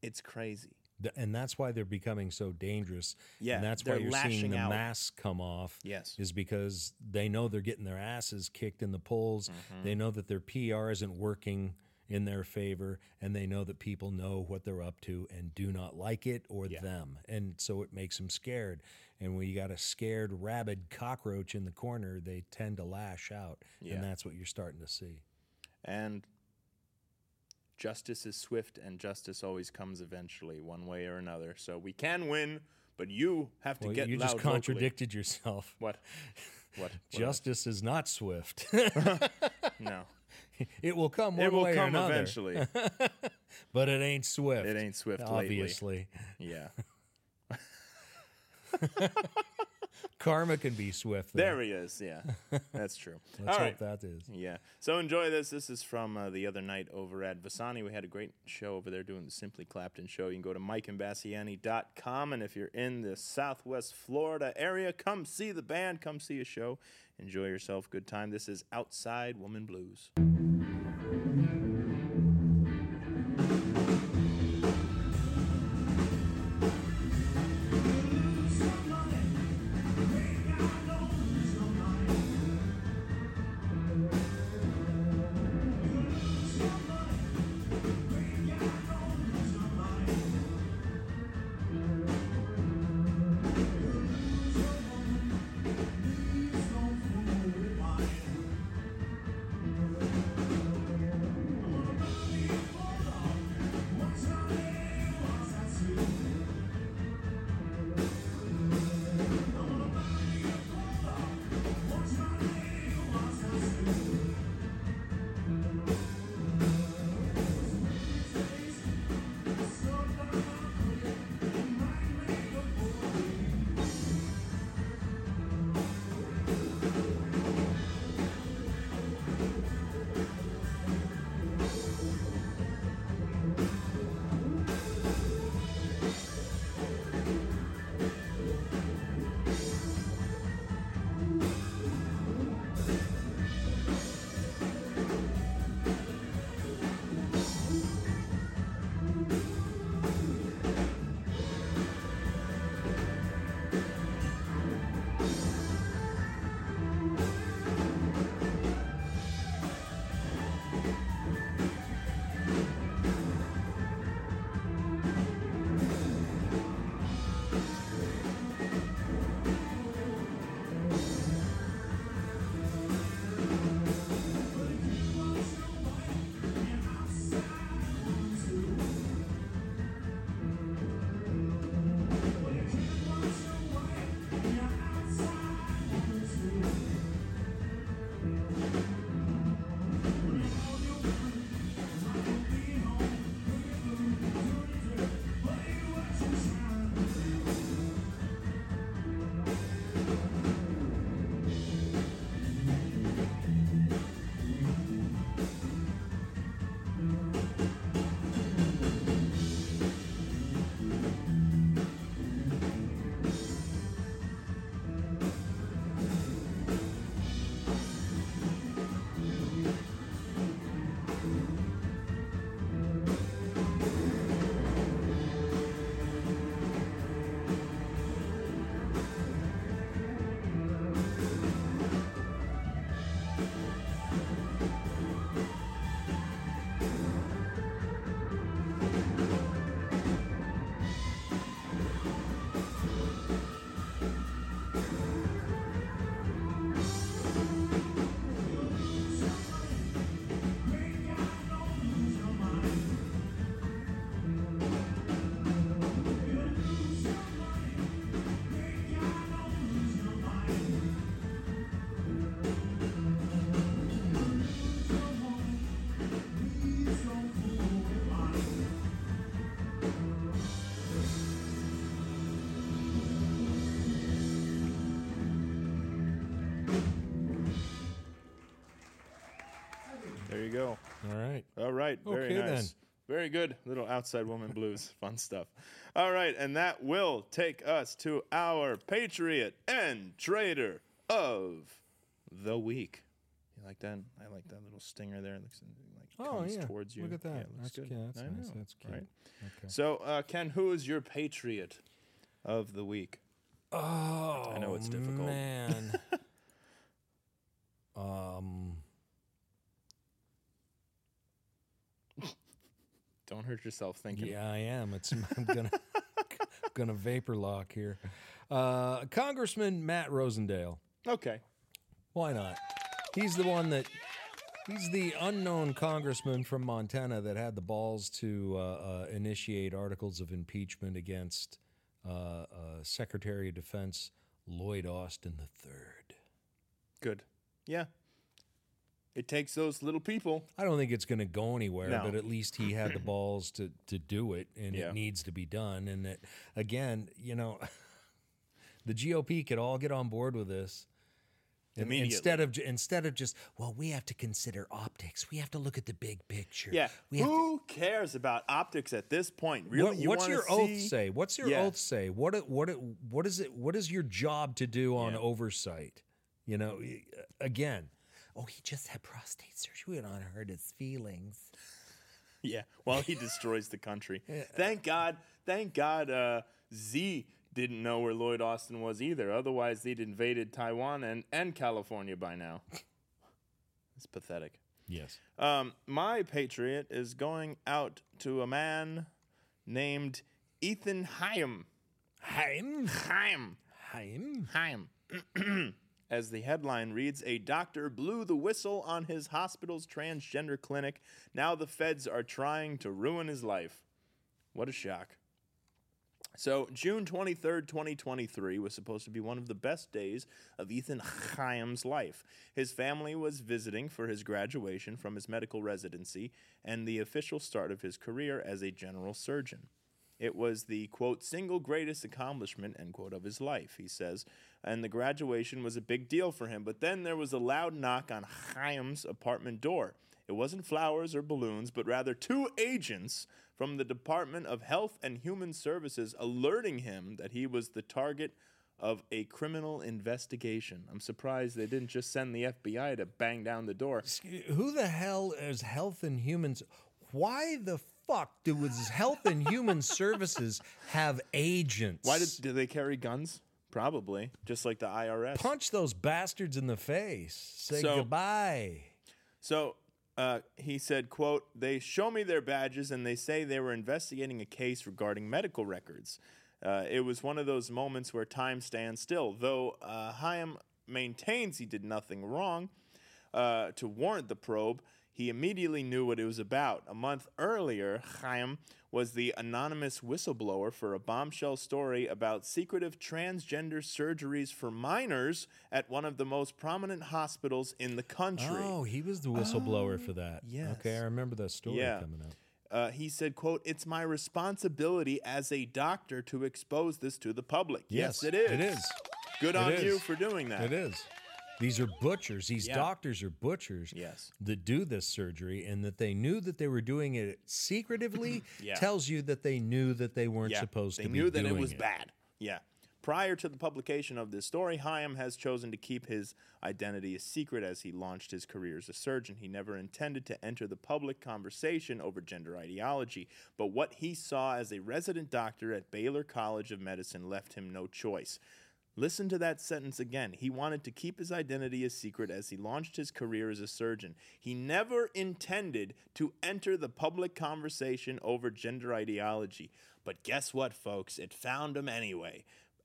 S9: It's crazy.
S8: Th- and that's why they're becoming so dangerous.
S9: Yeah,
S8: and that's why
S9: they're
S8: you're
S9: lashing
S8: seeing the
S9: out.
S8: masks come off.
S9: Yes.
S8: is because they know they're getting their asses kicked in the polls.
S9: Mm-hmm.
S8: They know that their PR isn't working in their favor, and they know that people know what they're up to and do not like it or them, and so it makes them scared. And when you got a scared, rabid cockroach in the corner, they tend to lash out,
S9: Yeah.
S8: and that's what you're starting to see.
S9: And justice is swift, and justice always comes eventually, one way or another. So we can win, but you have to
S8: Well,
S9: get
S8: you
S9: loud
S8: just
S9: vocally.
S8: contradicted yourself.
S9: What? What? (laughs) What?
S8: (laughs) Justice is not
S9: (laughs)
S8: swift. (laughs)
S9: No.
S8: It will come (laughs) one
S9: it will
S8: way or
S9: come
S8: another.
S9: eventually.
S8: (laughs) But it ain't swift.
S9: It ain't swift lately.
S8: Obviously.
S9: yeah.
S8: Karma can be swift. though.
S9: There he is. Yeah.
S8: (laughs)
S9: That's true.
S8: Let's
S9: All
S8: hope
S9: right.
S8: that is.
S9: Yeah. So enjoy this. This is from uh, the other night over at Visani. We had a great show over there doing the Simply Clapton show. You can go to mikeandbassiani.com. And if you're in the Southwest Florida area, come see the band. Come see a show. Enjoy yourself. Good time. This is Outside Woman Blues.
S10: Somebody,
S9: All right. Very
S8: Okay,
S9: nice. Very good. Little outside woman blues. (laughs) Fun stuff. All right. And that will take us to our patriot and traitor of the week. You like that? I like that little stinger there. It looks like
S8: Oh
S9: comes
S8: yeah,
S9: towards you.
S8: look at that.
S9: Yeah, it looks
S8: that's
S9: good.
S8: cute. That's
S9: I
S8: nice.
S9: know,
S8: That's cute.
S9: right?
S8: Okay.
S9: So, uh, Ken, who is your patriot of the week?
S8: Oh,
S9: I know it's difficult. (laughs)
S8: Man. um,
S9: Don't hurt yourself thinking.
S8: yeah, I am. It's (laughs) I'm gonna gonna vapor lock here. Uh, Congressman Matt Rosendale.
S9: Okay.
S8: Why not? He's the one that. He's the unknown congressman from Montana that had the balls to uh, uh, initiate articles of impeachment against uh, uh, Secretary of Defense Lloyd Austin III.
S9: Good. Yeah. It takes those little people.
S8: I don't think it's going to go anywhere,
S9: No.
S8: but at least he
S9: (clears throat)
S8: had the balls to to do it, and
S9: Yeah.
S8: it needs to be done. And that again, you know, (laughs) the GOP could all get on board with this. And
S9: Immediately.
S8: Instead of ju- instead of just well, we have to consider optics. We have to look at the big picture.
S9: Yeah.
S8: We have to,
S9: Who cares about optics at this point? Really?
S8: What-
S9: You
S8: what's
S9: wanna
S8: your oath
S9: see-
S8: say? What's your
S9: Yeah.
S8: oath say? What it- what it- what is it? What is your job to do on
S9: Yeah.
S8: oversight? You know, y- again. Oh, he just had prostate surgery. We don't hurt his feelings.
S9: (laughs) Yeah. While he destroys
S8: (laughs)
S9: the country. Thank God. Thank God. Uh, Z didn't know where Lloyd Austin was either. Otherwise, they'd invaded Taiwan and, and California by now. (laughs) it's pathetic.
S8: Yes.
S9: Um, my patriot is going out to a man named Ethan Hyam.
S8: Heim.
S9: Hyam.
S8: Heim.
S9: Haim. (clears throat) As the headline reads, a doctor blew the whistle on his hospital's transgender clinic. Now the feds are trying to ruin his life. What a shock. So, June 23rd, 2023 was supposed to be one of the best days of Ethan Chaim's life. His family was visiting for his graduation from his medical residency and the official start of his career as a general surgeon. It was the quote single greatest accomplishment end quote of his life, he says, and the graduation was a big deal for him. But then there was a loud knock on Chaim's apartment door. It wasn't flowers or balloons, but rather two agents from the Department of Health and Human Services alerting him that he was the target of a criminal investigation. I'm surprised they didn't just send the FBI to bang down the door.
S8: Who the hell is Health and Humans? Why the fuck do does Health and Human
S9: (laughs)
S8: Services have agents?
S9: Why did, did they carry guns? Probably, just like the IRS.
S8: punch those bastards in the face? Say
S9: So-
S8: goodbye.
S9: So uh, he said, "quote They show me their badges and they say they were investigating a case regarding medical records. Uh, it was one of those moments where time stands still. Though uh, Chaim maintains he did nothing wrong uh, to warrant the probe." He immediately knew what it was about. A month earlier, Chaim was the anonymous whistleblower for a bombshell story about secretive transgender surgeries for minors at one of the most prominent hospitals in the country. Oh,
S8: Oh, he was the whistleblower for that.
S9: yes.
S8: Okay, I remember that story
S9: Yeah.
S8: coming up.
S9: Uh, he said, "quote It's my responsibility as a doctor to expose this to the public. Yes, it is.
S8: It is.
S9: Good
S8: It
S9: on you
S8: is.
S9: for doing that.
S8: It is. These are butchers. These
S9: Yeah.
S8: doctors are butchers.
S9: Yes.
S8: That do this surgery, and that they knew that they were doing it secretively
S9: (laughs) Yeah.
S8: tells you that they knew that they weren't
S9: Yeah,
S8: supposed
S9: they
S8: to. be
S9: knew that it
S8: doing
S9: was bad. Yeah. Prior to the publication of this story, Chaim has chosen to keep his identity a secret as he launched his career as a surgeon. He never intended to enter the public conversation over gender ideology, but what he saw as a resident doctor at Baylor College of Medicine left him no choice. Listen to that sentence again. He wanted to keep his identity a secret as he launched his career as a surgeon. He never intended to enter the public conversation over gender ideology. But guess what, folks? It found him anyway.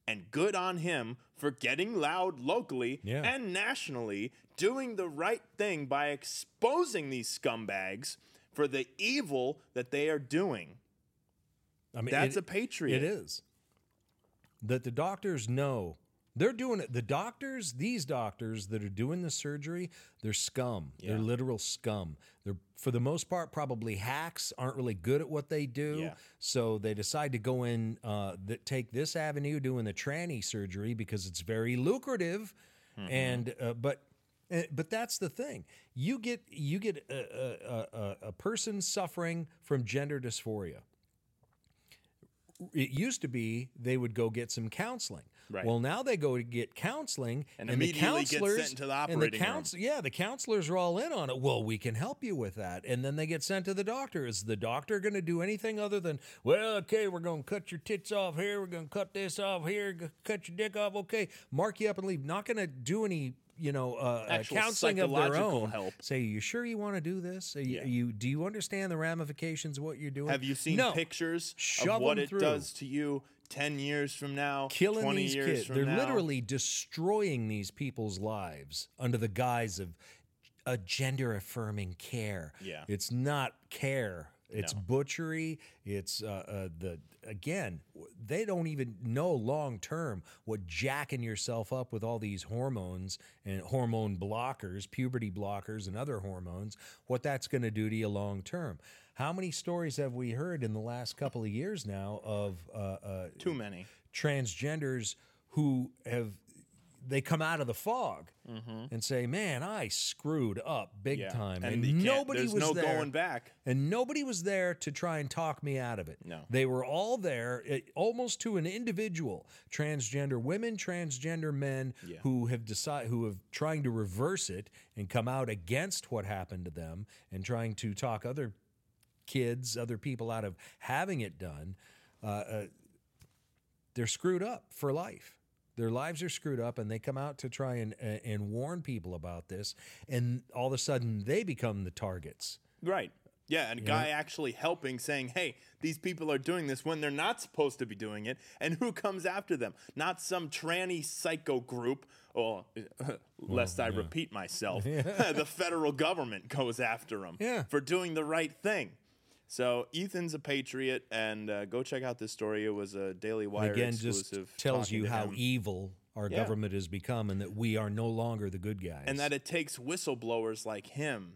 S9: And good on him for getting loud locally
S8: Yeah.
S9: and nationally, doing the right thing by exposing these scumbags for the evil that they are doing.
S8: I mean,
S9: That's
S8: it-
S9: a patriot.
S8: It is. That the doctors know they're doing it. The doctors, these doctors that are doing the surgery, they're scum. They're
S9: Yeah.
S8: literal scum. They're for the most part probably hacks. Aren't really good at what they do,
S9: Yeah.
S8: so they decide to go in, uh, th- take this
S9: Mm-hmm.
S8: avenue doing the tranny surgery because it's very lucrative, and uh, but Uh, but that's the thing. You get you get a, a, a, a person suffering from gender dysphoria. It used to be they would go get some counseling.
S9: Right.
S8: Well, now they go to get counseling,
S9: And
S8: the
S9: immediately get sent
S8: counselors
S9: into
S8: and
S9: the
S8: the
S9: operating room.
S8: counsel- yeah, the counselors are all in on it. Well, we can help you with that. And then they get sent to the doctor. Is the doctor going to do anything other than, well, okay, we're going to cut your tits off here. We're going to cut this off here. g- Cut your dick off. Okay. Mark you up and leave. Not going to do any. You know, uh, uh,
S9: Actual
S8: counseling of their
S9: psychological
S8: own.
S9: help.
S8: Say, you sure you want to do this? Are you,
S9: Yeah.
S8: you do you understand the ramifications of what you're doing?
S9: Have you seen
S8: No.
S9: pictures
S8: Shove
S9: of what
S8: 'em
S9: it
S8: through.
S9: does to you 10 years from now,
S8: killing
S9: 20
S8: these
S9: years
S8: kids.
S9: from
S8: They're
S9: now?
S8: literally destroying these people's lives under the guise of a gender affirming care.
S9: Yeah.
S8: it's not care. It's
S9: No.
S8: butchery. It's uh, uh, the again. w- They don't even know long term what jacking yourself up with all these hormones and hormone blockers, puberty blockers, and other hormones. What that's going to do to you long term. How many stories have we heard in the last couple of years now of uh, uh,
S9: Too many.
S8: transgenders who have they come out of the fog and say, "Man, I screwed up big
S9: Mm-hmm. Yeah.
S8: time,"
S9: And
S8: and,
S9: you can't-
S8: nobody
S9: there's
S8: was
S9: no
S8: there.
S9: going back.
S8: And nobody was there to try and talk me out of it.
S9: No.
S8: they were all there, it, almost to an individual. Transgender women, transgender men who have decided, who have trying to reverse it and come out against what happened to them, and trying to talk other kids, other people out of having it done, uh, uh, they're screwed up for life. Their lives are screwed up, and they come out to try and uh, and warn people about this, and all of a sudden they become the targets.
S9: Right. Yeah, and a guy actually helping saying, hey, these people are doing this when they're not supposed to be doing it. And who comes after them? Not some tranny psycho group, or (laughs) lest I repeat
S8: (laughs)
S9: myself, (laughs) the federal government goes after them
S8: Yeah.
S9: for doing the right thing. So Ethan's a patriot, and uh, go check out this story. It was a Daily Wire
S8: Again, just
S9: exclusive.
S8: tells
S9: talking
S8: you
S9: to
S8: how
S9: him.
S8: evil our
S9: Yeah.
S8: government has become, and that we are no longer the good guys.
S9: and that it takes whistleblowers like him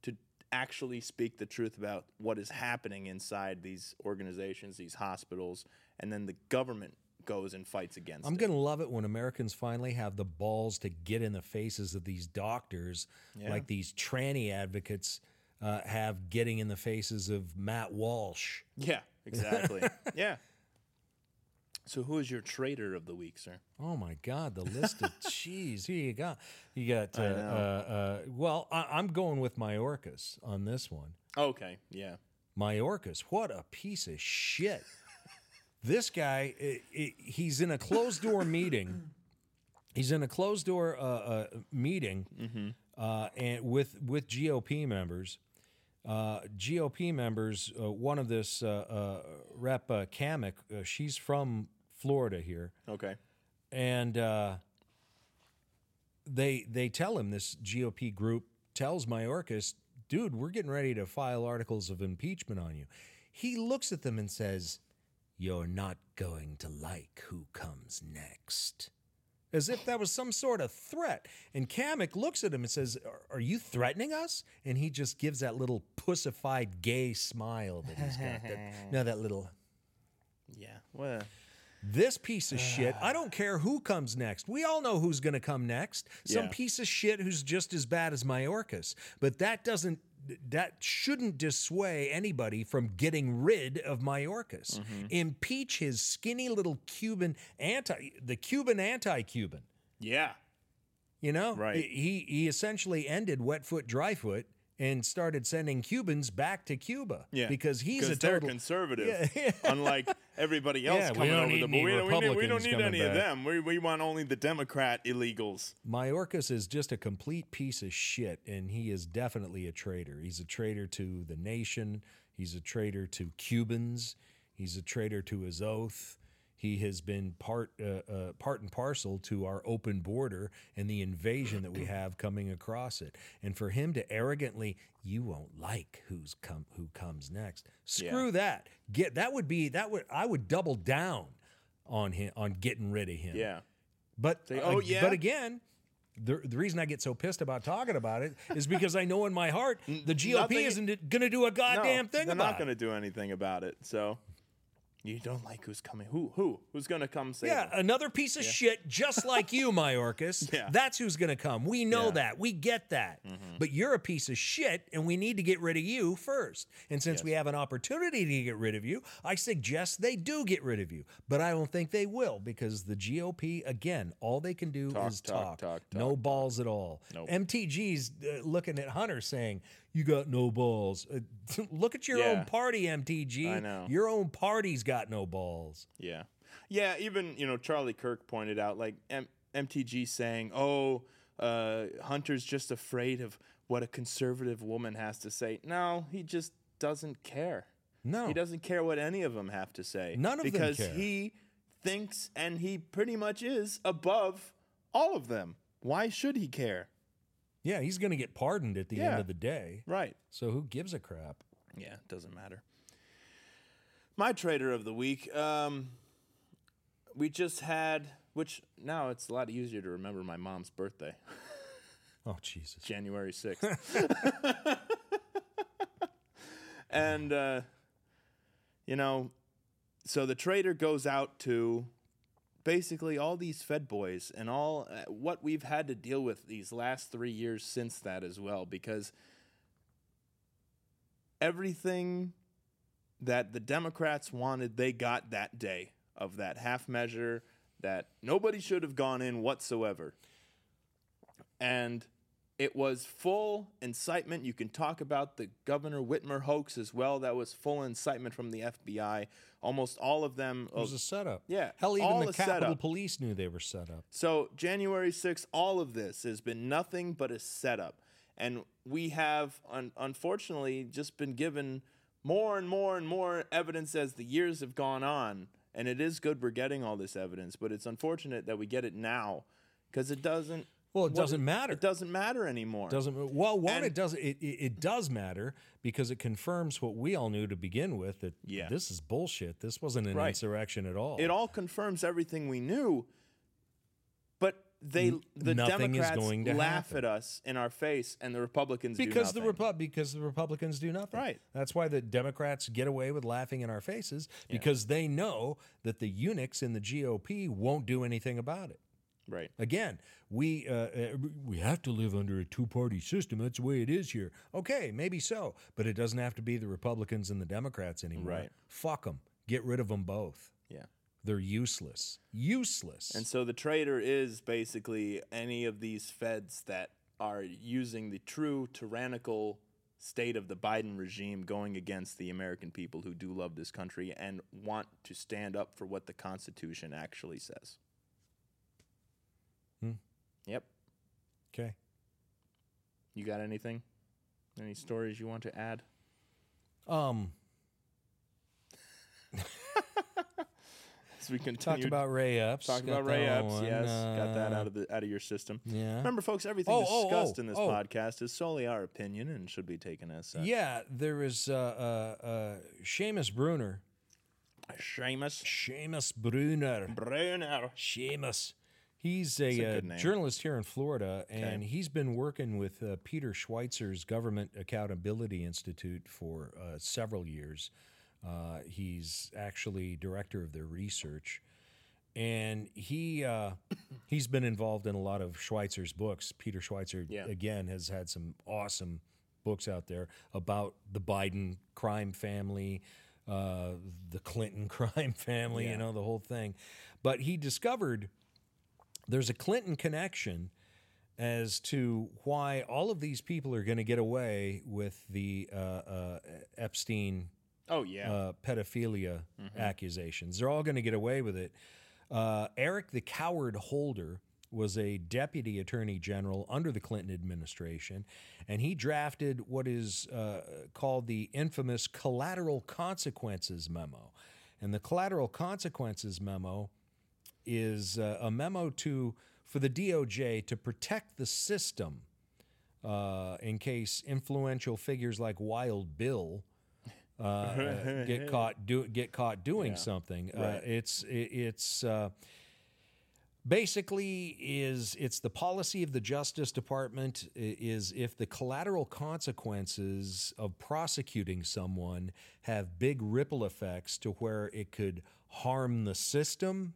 S9: to actually speak the truth about what is happening inside these organizations, these hospitals, and then the government goes and fights against
S8: I'm
S9: it.
S8: going to love it when Americans finally have the balls to get in the faces of these doctors, like these tranny advocates uh, have getting in the faces of Matt Walsh. (laughs)
S9: yeah, exactly. yeah. So who is your traitor of the week, sir?
S8: Oh my God, the list of
S9: (laughs)
S8: cheese. Who you got? You got. Uh, uh, uh, well, I, I'm going with Mayorkas on this one.
S9: Okay, yeah.
S8: Mayorkas, what a piece of shit. this guy, i i he's in a closed door meeting. He's in a closed door uh, uh, meeting uh, and with with GOP members. Uh, GOP members, uh, one of this uh, uh, rep uh, Kamek, uh, she's from Florida here
S9: Okay.
S8: and uh, they they tell him this GOP group tells Mayorkas, dude, we're getting ready to file articles of impeachment on you. He looks at them and says, "You're not going to like who comes next." As if that was some sort of threat. And Kamek looks at him and says, "Are- Are you threatening us? And he just gives that little pussified gay smile that he's got. That, now, that little,
S9: Yeah. Well,
S8: this piece of shit.
S9: (sighs)
S8: I don't care who comes next. We all know who's going to come next. Some
S9: Yeah.
S8: piece of shit who's just as bad as Mayorkas. But that doesn't that shouldn't dissuade anybody from getting rid of Mayorkas.
S9: Mm-hmm.
S8: Impeach his skinny little Cuban anti the Cuban anti-Cuban.
S9: yeah.
S8: You know,
S9: Right.
S8: He he essentially ended wet foot, dry foot, and started sending Cubans back to Cuba.
S9: Yeah.
S8: because he's a
S9: they're
S8: total
S9: conservative.
S8: Yeah.
S9: (laughs) Unlike everybody else
S8: Yeah, we
S9: coming
S8: don't
S9: over
S8: need
S9: the
S8: any
S9: we, don't need, we don't
S8: Republicans
S9: need
S8: coming
S9: any of
S8: back.
S9: them. We, we want only the Democrat illegals.
S8: Mayorkas is just a complete piece of shit, and he is definitely a traitor. He's a traitor to the nation. He's a traitor to Cubans. He's a traitor to his oath. He has been part uh, uh, part and parcel to our open border and the invasion that we have coming across it. And for him to arrogantly, you won't like who's come who comes next. Screw that. Get that would be that would I would double down on him on getting rid of him.
S9: Yeah.
S8: But
S9: Say,
S8: uh,
S9: "Oh, yeah."
S8: But again, the, the reason I get so pissed about talking about it is because I know in my heart the GOP
S9: nothing-
S8: isn't going to do a
S9: No,
S8: goddamn thing
S9: they're
S8: about
S9: not going
S8: it.
S9: to do anything about it. So You don't like who's coming. Who? Who? Who's going to come save
S8: Yeah, uh,
S9: them?
S8: another piece of shit
S9: (laughs)
S8: just like you, Mayorkas.
S9: Yeah.
S8: That's who's going to come. We know
S9: Yeah. Mm-hmm.
S8: that. We get that. But you're a piece of shit and we need to get rid of you first. And since we have an opportunity to get rid of you, I suggest they do get rid of you. But I don't think they will because the GOP again, all they can do
S9: Talk,
S8: is talk.
S9: talk, talk,
S8: no
S9: talk,
S8: balls at all.
S9: Nope.
S8: MTG's uh, looking at Hunter saying, "You got no balls." Uh, (laughs) look at your
S9: Yeah.
S8: own party, MTG.
S9: I know.
S8: Your own party's got no balls.
S9: Yeah. Yeah, even, you know, Charlie Kirk pointed out, like, M- MTG saying, oh, uh, Hunter's just afraid of what a conservative woman has to say. No, he just doesn't care.
S8: No.
S9: He doesn't care what any of them have to say.
S8: None of them
S9: because
S8: care.
S9: he thinks and he pretty much is above all of them. Why should he care?
S8: Yeah, he's going to get pardoned at the
S9: Yeah.
S8: end of the day.
S9: Right.
S8: So who gives a crap?
S9: Yeah, it doesn't matter. My trader of the week. Um, we just had, which now it's a lot easier to remember my mom's birthday,
S8: Oh Jesus!
S9: January 6th. and, uh, you know, so the trader goes out to basically all these Fed boys and all uh, what we've had to deal with these last three years since that as well, because everything that the Democrats wanted, they got that day of that half measure that nobody should have gone in whatsoever. And it was full incitement. You can talk about the Governor Whitmer hoax as well. That was full incitement from the FBI. Almost all of them.
S8: It was a setup.
S9: yeah,
S8: Hell, even
S9: all
S8: the
S9: a
S8: Capitol
S9: setup.
S8: Police knew they were set up.
S9: So January 6th, all of this has been nothing but a setup. And we have, un- unfortunately, just been given more and more and more evidence as the years have gone on. And it is good we're getting all this evidence, but it's unfortunate that we get it now because it doesn't.
S8: Well, it
S9: what-
S8: doesn't matter.
S9: It doesn't matter anymore.
S8: Doesn't well one
S9: And-
S8: it does it, it it does matter because it confirms what we all knew to begin with that
S9: Yeah.
S8: this is bullshit. This wasn't an
S9: Right.
S8: insurrection at all.
S9: It all confirms everything we knew. But they, the
S8: nothing is
S9: Democrats,
S8: going to
S9: laugh
S8: happen.
S9: at us in our face, and the Republicans do
S8: because the
S9: nothing.
S8: Repu- because the Republicans do nothing.
S9: Right.
S8: That's why the Democrats get away with laughing in our faces because they know that the eunuchs in the GOP won't do anything about it.
S9: right.
S8: Again, we uh, uh, we have to live under a two-party system. That's the way it is here. Okay, maybe so, but it doesn't have to be the Republicans and the Democrats anymore.
S9: Right.
S8: Fuck them. Get rid of them both.
S9: Yeah.
S8: They're useless. Useless.
S9: And so the trader is basically any of these feds that are using the true tyrannical state of the Biden regime going against the American people who do love this country and want to stand up for what the Constitution actually says.
S8: Hmm.
S9: Yep.
S8: okay.
S9: You got anything? Any stories you want to add? (laughs)
S8: Um,
S9: As we continue
S8: talked about Ray Epps.
S9: talking
S8: Got
S9: about Ray
S8: that
S9: Epps,
S8: one.
S9: yes, got that
S8: Uh,
S9: out of the out of your system.
S8: yeah.
S9: Remember, folks, everything
S8: Oh, oh,
S9: discussed
S8: oh,
S9: in this
S8: oh.
S9: podcast is solely our opinion and should be taken as such.
S8: Yeah, there was uh, uh, uh, Seamus Bruner.
S9: Seamus
S8: Seamus Bruner.
S9: Bruner.
S8: Seamus. He's a,
S9: a
S8: uh,
S9: good name.
S8: journalist here in Florida, and he's been working with uh, Peter Schweitzer's Government Accountability Institute for uh, several years. Uh, he's actually director of their research, and he uh, he's been involved in a lot of Schweitzer's books. Peter Schweitzer
S9: Yeah.
S8: again has had some awesome books out there about the Biden crime family, uh, the Clinton (laughs) crime family, you know the whole thing. But he discovered there's a Clinton connection as to why all of these people are going to get away with the uh, uh, Epstein
S9: Oh yeah.
S8: uh, pedophilia accusations. They're all going to get away with it. Uh, Eric the Coward Holder was a deputy attorney general under the Clinton administration, and he drafted what is uh, called the infamous Collateral Consequences Memo. And the Collateral Consequences Memo is uh, a memo to for the DOJ to protect the system uh, in case influential figures like Wild Bill uh, uh, get caught do, get caught doing something. Uh, it's it, it's uh, basically is it's the policy of the justice department i- is if the collateral consequences of prosecuting someone have big ripple effects to where it could harm the system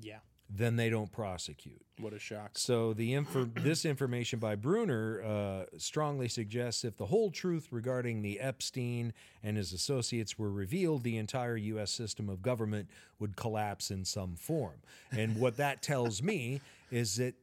S10: Yeah.
S8: then they don't prosecute
S9: What a shock.
S8: so the infor- this information by Bruner uh, strongly suggests if the whole truth regarding the Epstein and his associates were revealed, the entire U.S. system of government would collapse in some form. And what that tells me is that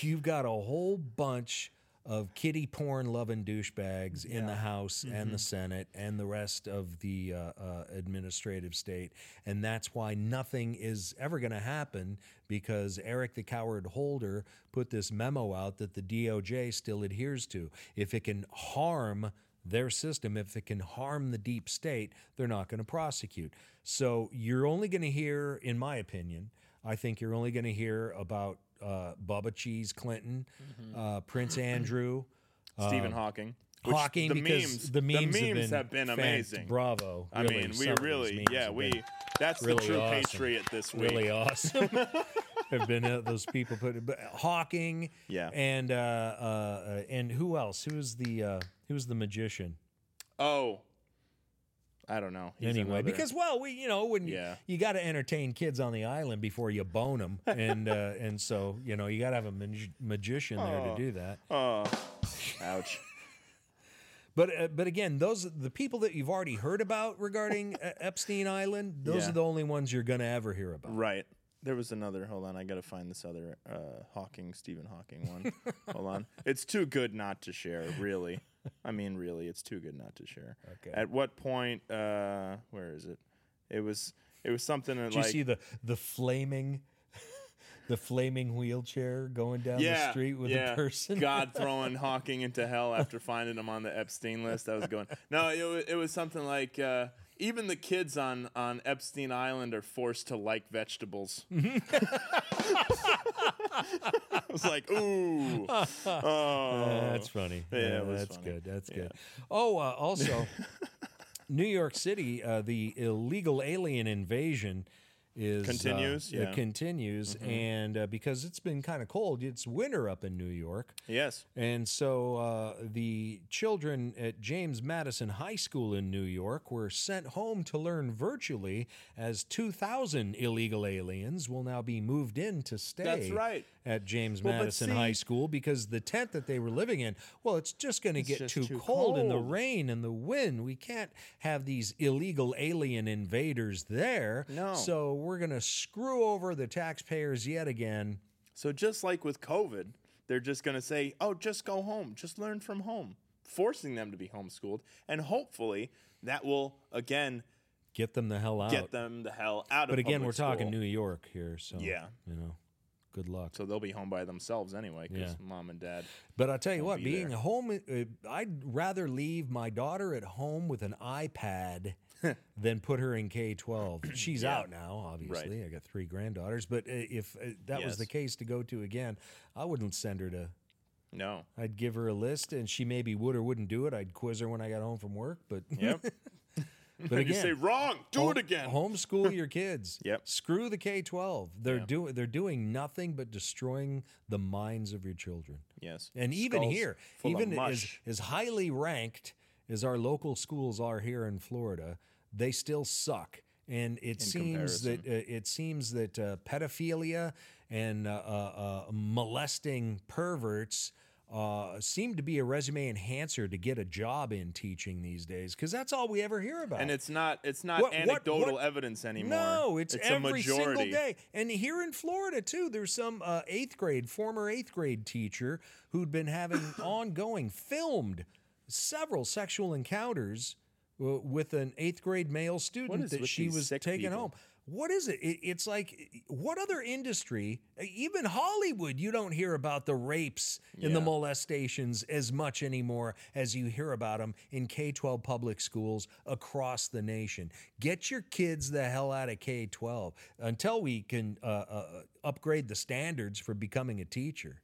S8: you've got a whole bunch of kitty porn loving douchebags in the House and the Senate and the rest of the uh, uh, administrative state. And that's why nothing is ever going to happen because Eric the Coward Holder put this memo out that the DOJ still adheres to. If it can harm their system, if it can harm the deep state, they're not going to prosecute. So you're only going to hear, in my opinion, I think you're only going to hear about uh, Bubba Cheese Clinton, uh, Prince Andrew,
S9: Stephen Hawking. Mm-hmm. (laughs) which
S8: uh, Hawking. because the memes,
S9: the memes
S8: have been, fan-
S9: amazing.
S8: Bravo!
S9: I
S8: really,
S9: mean,
S8: some
S9: we
S8: of these
S9: really,
S8: memes
S9: yeah,
S8: have
S9: we.
S8: been
S9: That's the
S8: really
S9: true
S8: awesome.
S9: patriot this week.
S8: really
S9: (laughs)
S8: awesome. have been uh, those people put but Hawking,
S9: Yeah.
S8: and uh, uh, uh, and who else? Who was the uh, who was the magician?
S9: Oh, I don't know. He's
S8: anyway,
S9: another-
S8: because well, we you know when you-
S9: Yeah.
S8: you, got to entertain kids on the island before you bone them, and uh, (laughs) and so you know you got to have a mag- magician there to do that.
S9: oh, ouch.
S8: But uh, but again, those the people that you've already heard about regarding uh, Epstein Island, those
S9: Yeah.
S8: are the only ones you're gonna ever hear about.
S9: Right. There was another. Hold on, I gotta find this other uh, Hawking, Stephen
S8: (laughs)
S9: Hawking one. hold on, it's too good not to share. Really, I mean, really, it's too good not to share. Okay. At what point? Uh, where is it? It was. It was something that
S8: Did you
S9: like.
S8: see the the flaming, (laughs) the flaming wheelchair going down the street with
S9: yeah.
S8: a person? (laughs)
S9: God throwing Hawking into hell after finding him on the Epstein list. I was going, no, it, wa- it was something like uh, even the kids on, on Epstein Island are forced to like vegetables.
S8: (laughs)
S9: I was like,
S8: (laughs)
S9: ooh, oh,
S8: That's funny.
S9: Yeah, it was
S8: that's
S9: funny.
S8: good. That's good. Oh, uh, also, (laughs) New York City, uh, the illegal alien invasion is uh,
S9: Continues,
S8: it
S9: yeah. Mm-hmm.
S8: continues, and uh, because it's been kind of cold, it's winter up in New York.
S9: yes,
S8: And so uh, the children at James Madison High School in New York were sent home to learn virtually as 2,000 illegal aliens will now be moved in to stay
S9: right.
S8: at James
S9: Well, but
S8: Madison High
S9: see-
S8: School because the tent that they were living in, well, it's just going to get
S9: just
S8: too,
S9: too
S8: cold in the
S9: cold.
S8: rain and the wind. We can't have these illegal alien invaders there.
S9: No.
S8: So we're going to screw over the taxpayers yet again.
S9: So just like with COVID, they're just going to say, "Oh, just go home, just learn from home," forcing them to be homeschooled, and hopefully that will again
S8: Get them the hell out.
S9: get them the hell out of.
S8: But again,
S9: public
S8: we're talking
S9: school.
S8: New York here, so
S9: Yeah.
S8: you know, good luck.
S9: So they'll be home by themselves anyway because
S8: Yeah.
S9: mom and dad.
S8: But I tell you what,
S9: be
S8: being
S9: there.
S8: home, uh, I'd rather leave my daughter at home with an iPad
S9: (laughs)
S8: than put her in K twelve. She's out now, obviously. I got three granddaughters, but uh, if uh, that was the
S9: Yes.
S8: case to go to again, I wouldn't send her to.
S9: No.
S8: I'd give her a list, and she maybe would or wouldn't do it. I'd quiz her when I got home from work, (laughs) but
S9: Yep.
S8: (laughs) but
S9: (laughs) you
S8: again,
S9: say wrong. Do it
S8: Home-
S9: again.
S8: Homeschool
S9: (laughs)
S8: your kids.
S9: Yep.
S8: Screw the K twelve. They're doing they're doing nothing but destroying the minds of your children.
S9: Yes.
S8: And even
S9: Skulls
S8: here,
S9: full of
S8: even as,
S9: mush.
S8: as highly ranked as our local schools are here in Florida, they still suck. And it seems that uh, it seems that uh, pedophilia and uh, uh, uh, molesting perverts uh, seem to be a resume enhancer to get a job in teaching these days, because that's all we ever hear about.
S9: and it's not it's not
S8: What- what-
S9: anecdotal
S8: what-
S9: evidence anymore.
S8: No, it's,
S9: a
S8: every
S9: majority.
S8: single day. And here in Florida too, there's some uh, eighth grade, former eighth grade teacher who'd been
S9: (laughs)
S8: having ongoing, filmed several sexual encounters w- with an eighth grade male student
S9: is
S8: that
S9: with
S8: she
S9: these
S8: was
S9: sick
S8: taking
S9: people?
S8: home. What is it? it? It's like what other industry, even Hollywood, you don't hear about the rapes and the
S9: Yeah.
S8: molestations as much anymore as you hear about them in K 12 public schools across the nation. Get your kids the hell out of K 12 until we can uh, uh, upgrade the standards for becoming a teacher.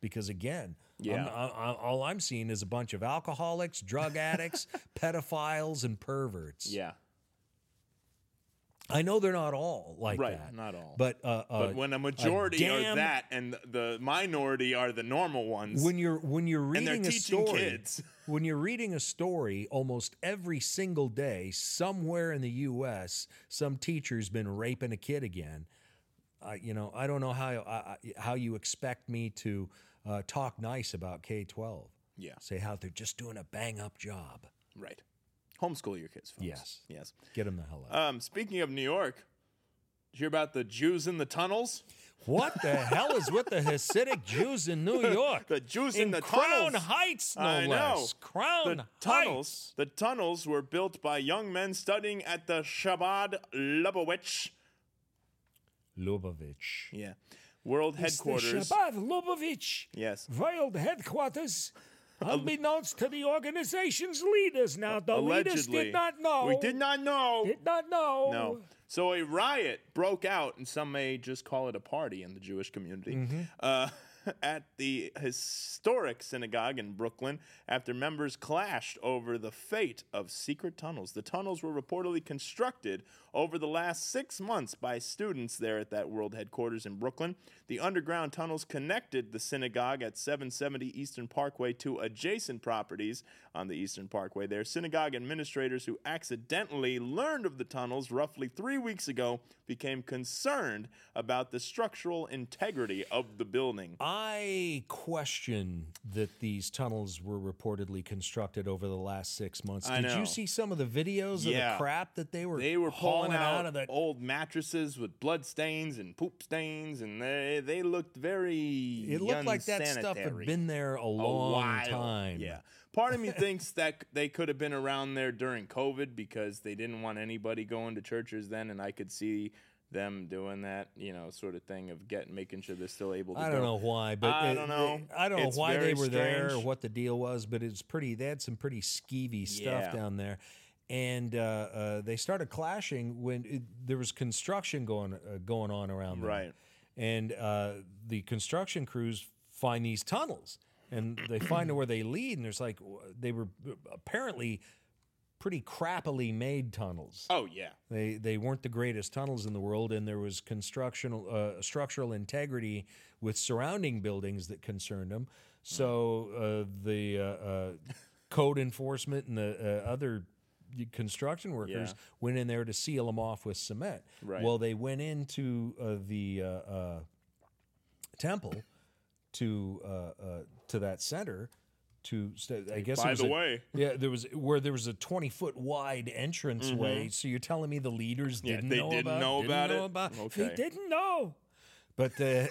S8: Because again,
S9: Yeah.
S8: I'm, I, I, all I'm seeing is a bunch of
S9: (laughs)
S8: alcoholics, drug addicts, pedophiles, and perverts.
S9: Yeah.
S8: I know they're not all like
S9: Right,
S8: that.
S9: not all.
S8: But uh, uh,
S9: But when a majority
S8: damn-
S9: are that and the minority are the normal ones,
S8: when you're when you're
S9: And
S8: reading
S9: they're
S8: a
S9: teaching
S8: story,
S9: kids. (laughs)
S8: when you're reading a story, almost every single day, somewhere in the U.S., some teacher's been raping a kid again. I, you know, I don't know how I, I- how you expect me to uh, talk nice about K twelve.
S9: Yeah.
S8: say how they're just doing a bang up job.
S9: right, homeschool your kids. Folks.
S8: Yes.
S9: yes.
S8: Get them the hell out.
S9: Um, speaking of New York, did you hear about the Jews in the tunnels?
S8: what the hell is with the Hasidic Jews in New York?
S9: (laughs) The Jews in,
S8: in
S9: the
S8: Crown
S9: tunnels.
S8: Heights, no
S9: I
S8: less.
S9: know.
S8: Crown
S9: the tunnels.
S8: Heights.
S9: The tunnels were built by young men studying at the Shabbat Lubavitch,
S8: Lubavitch.
S9: yeah, world headquarters.
S8: Shabbat Lubavitch.
S9: Yes.
S8: World headquarters. Unbeknownst to the organization's leaders now, the leaders
S9: Allegedly,
S8: did not know.
S9: We did not know.
S8: Did not know.
S9: No. So a riot broke out, and some may just call it a party in the Jewish community, uh, (laughs) at the historic synagogue in Brooklyn after members clashed over the fate of secret tunnels. The tunnels were reportedly constructed over the last six months by students there at that world headquarters in Brooklyn. The underground tunnels connected the synagogue at 770 Eastern Parkway to adjacent properties on the Eastern Parkway there. Synagogue administrators who accidentally learned of the tunnels roughly three weeks ago became concerned about the structural integrity of the building.
S8: I question that these tunnels were reportedly constructed over the last six months.
S9: I
S8: Did
S9: know.
S8: you see some of the videos of
S9: Yeah.
S8: the crap that they were
S9: They were
S8: hauling
S9: pulling out,
S8: out of that?
S9: old mattresses with blood stains and poop stains, and they, they looked very.
S8: It looked like that stuff had
S9: unsanitary.
S8: been there a
S9: a
S8: long
S9: while.
S8: time.
S9: Yeah. Part of me thinks that c- they could have been around there during COVID because they didn't want anybody going to churches then, and I could see them doing that, you know, sort of thing of getting making sure they're still able to.
S8: I don't
S9: go.
S8: know why, but
S9: I
S8: it-
S9: don't know.
S8: it- I don't know
S9: It's
S8: why they
S9: very
S8: were there or
S9: strange.
S8: what the deal was, but it's pretty. They had some pretty skeevy stuff
S9: Yeah.
S8: down there, and uh, uh, they started clashing when it, there was construction going uh, going on around them.
S9: Right.
S8: and uh, the construction crews find these tunnels, and they find where they lead, and there's like w- they were uh, apparently pretty crappily made tunnels.
S9: Oh yeah,
S8: They they weren't the greatest tunnels in the world, and there was constructional uh, structural integrity with surrounding buildings that concerned them. So uh, the uh, uh, code enforcement and the uh, other construction workers
S9: Yeah.
S8: went in there to seal them off with cement.
S9: Right.
S8: Well, they went into uh, the uh, uh, temple to uh, uh, to that center. To st- I guess it
S9: by
S8: was
S9: the
S8: a-
S9: way.
S8: yeah, there was where there was a twenty foot wide entrance way. So you're telling me the leaders
S9: Mm-hmm. Yeah,
S8: didn't
S9: they
S8: know
S9: didn't
S8: about,
S9: know about
S8: didn't
S9: it?
S8: know about
S9: Okay.
S8: They didn't know, but uh,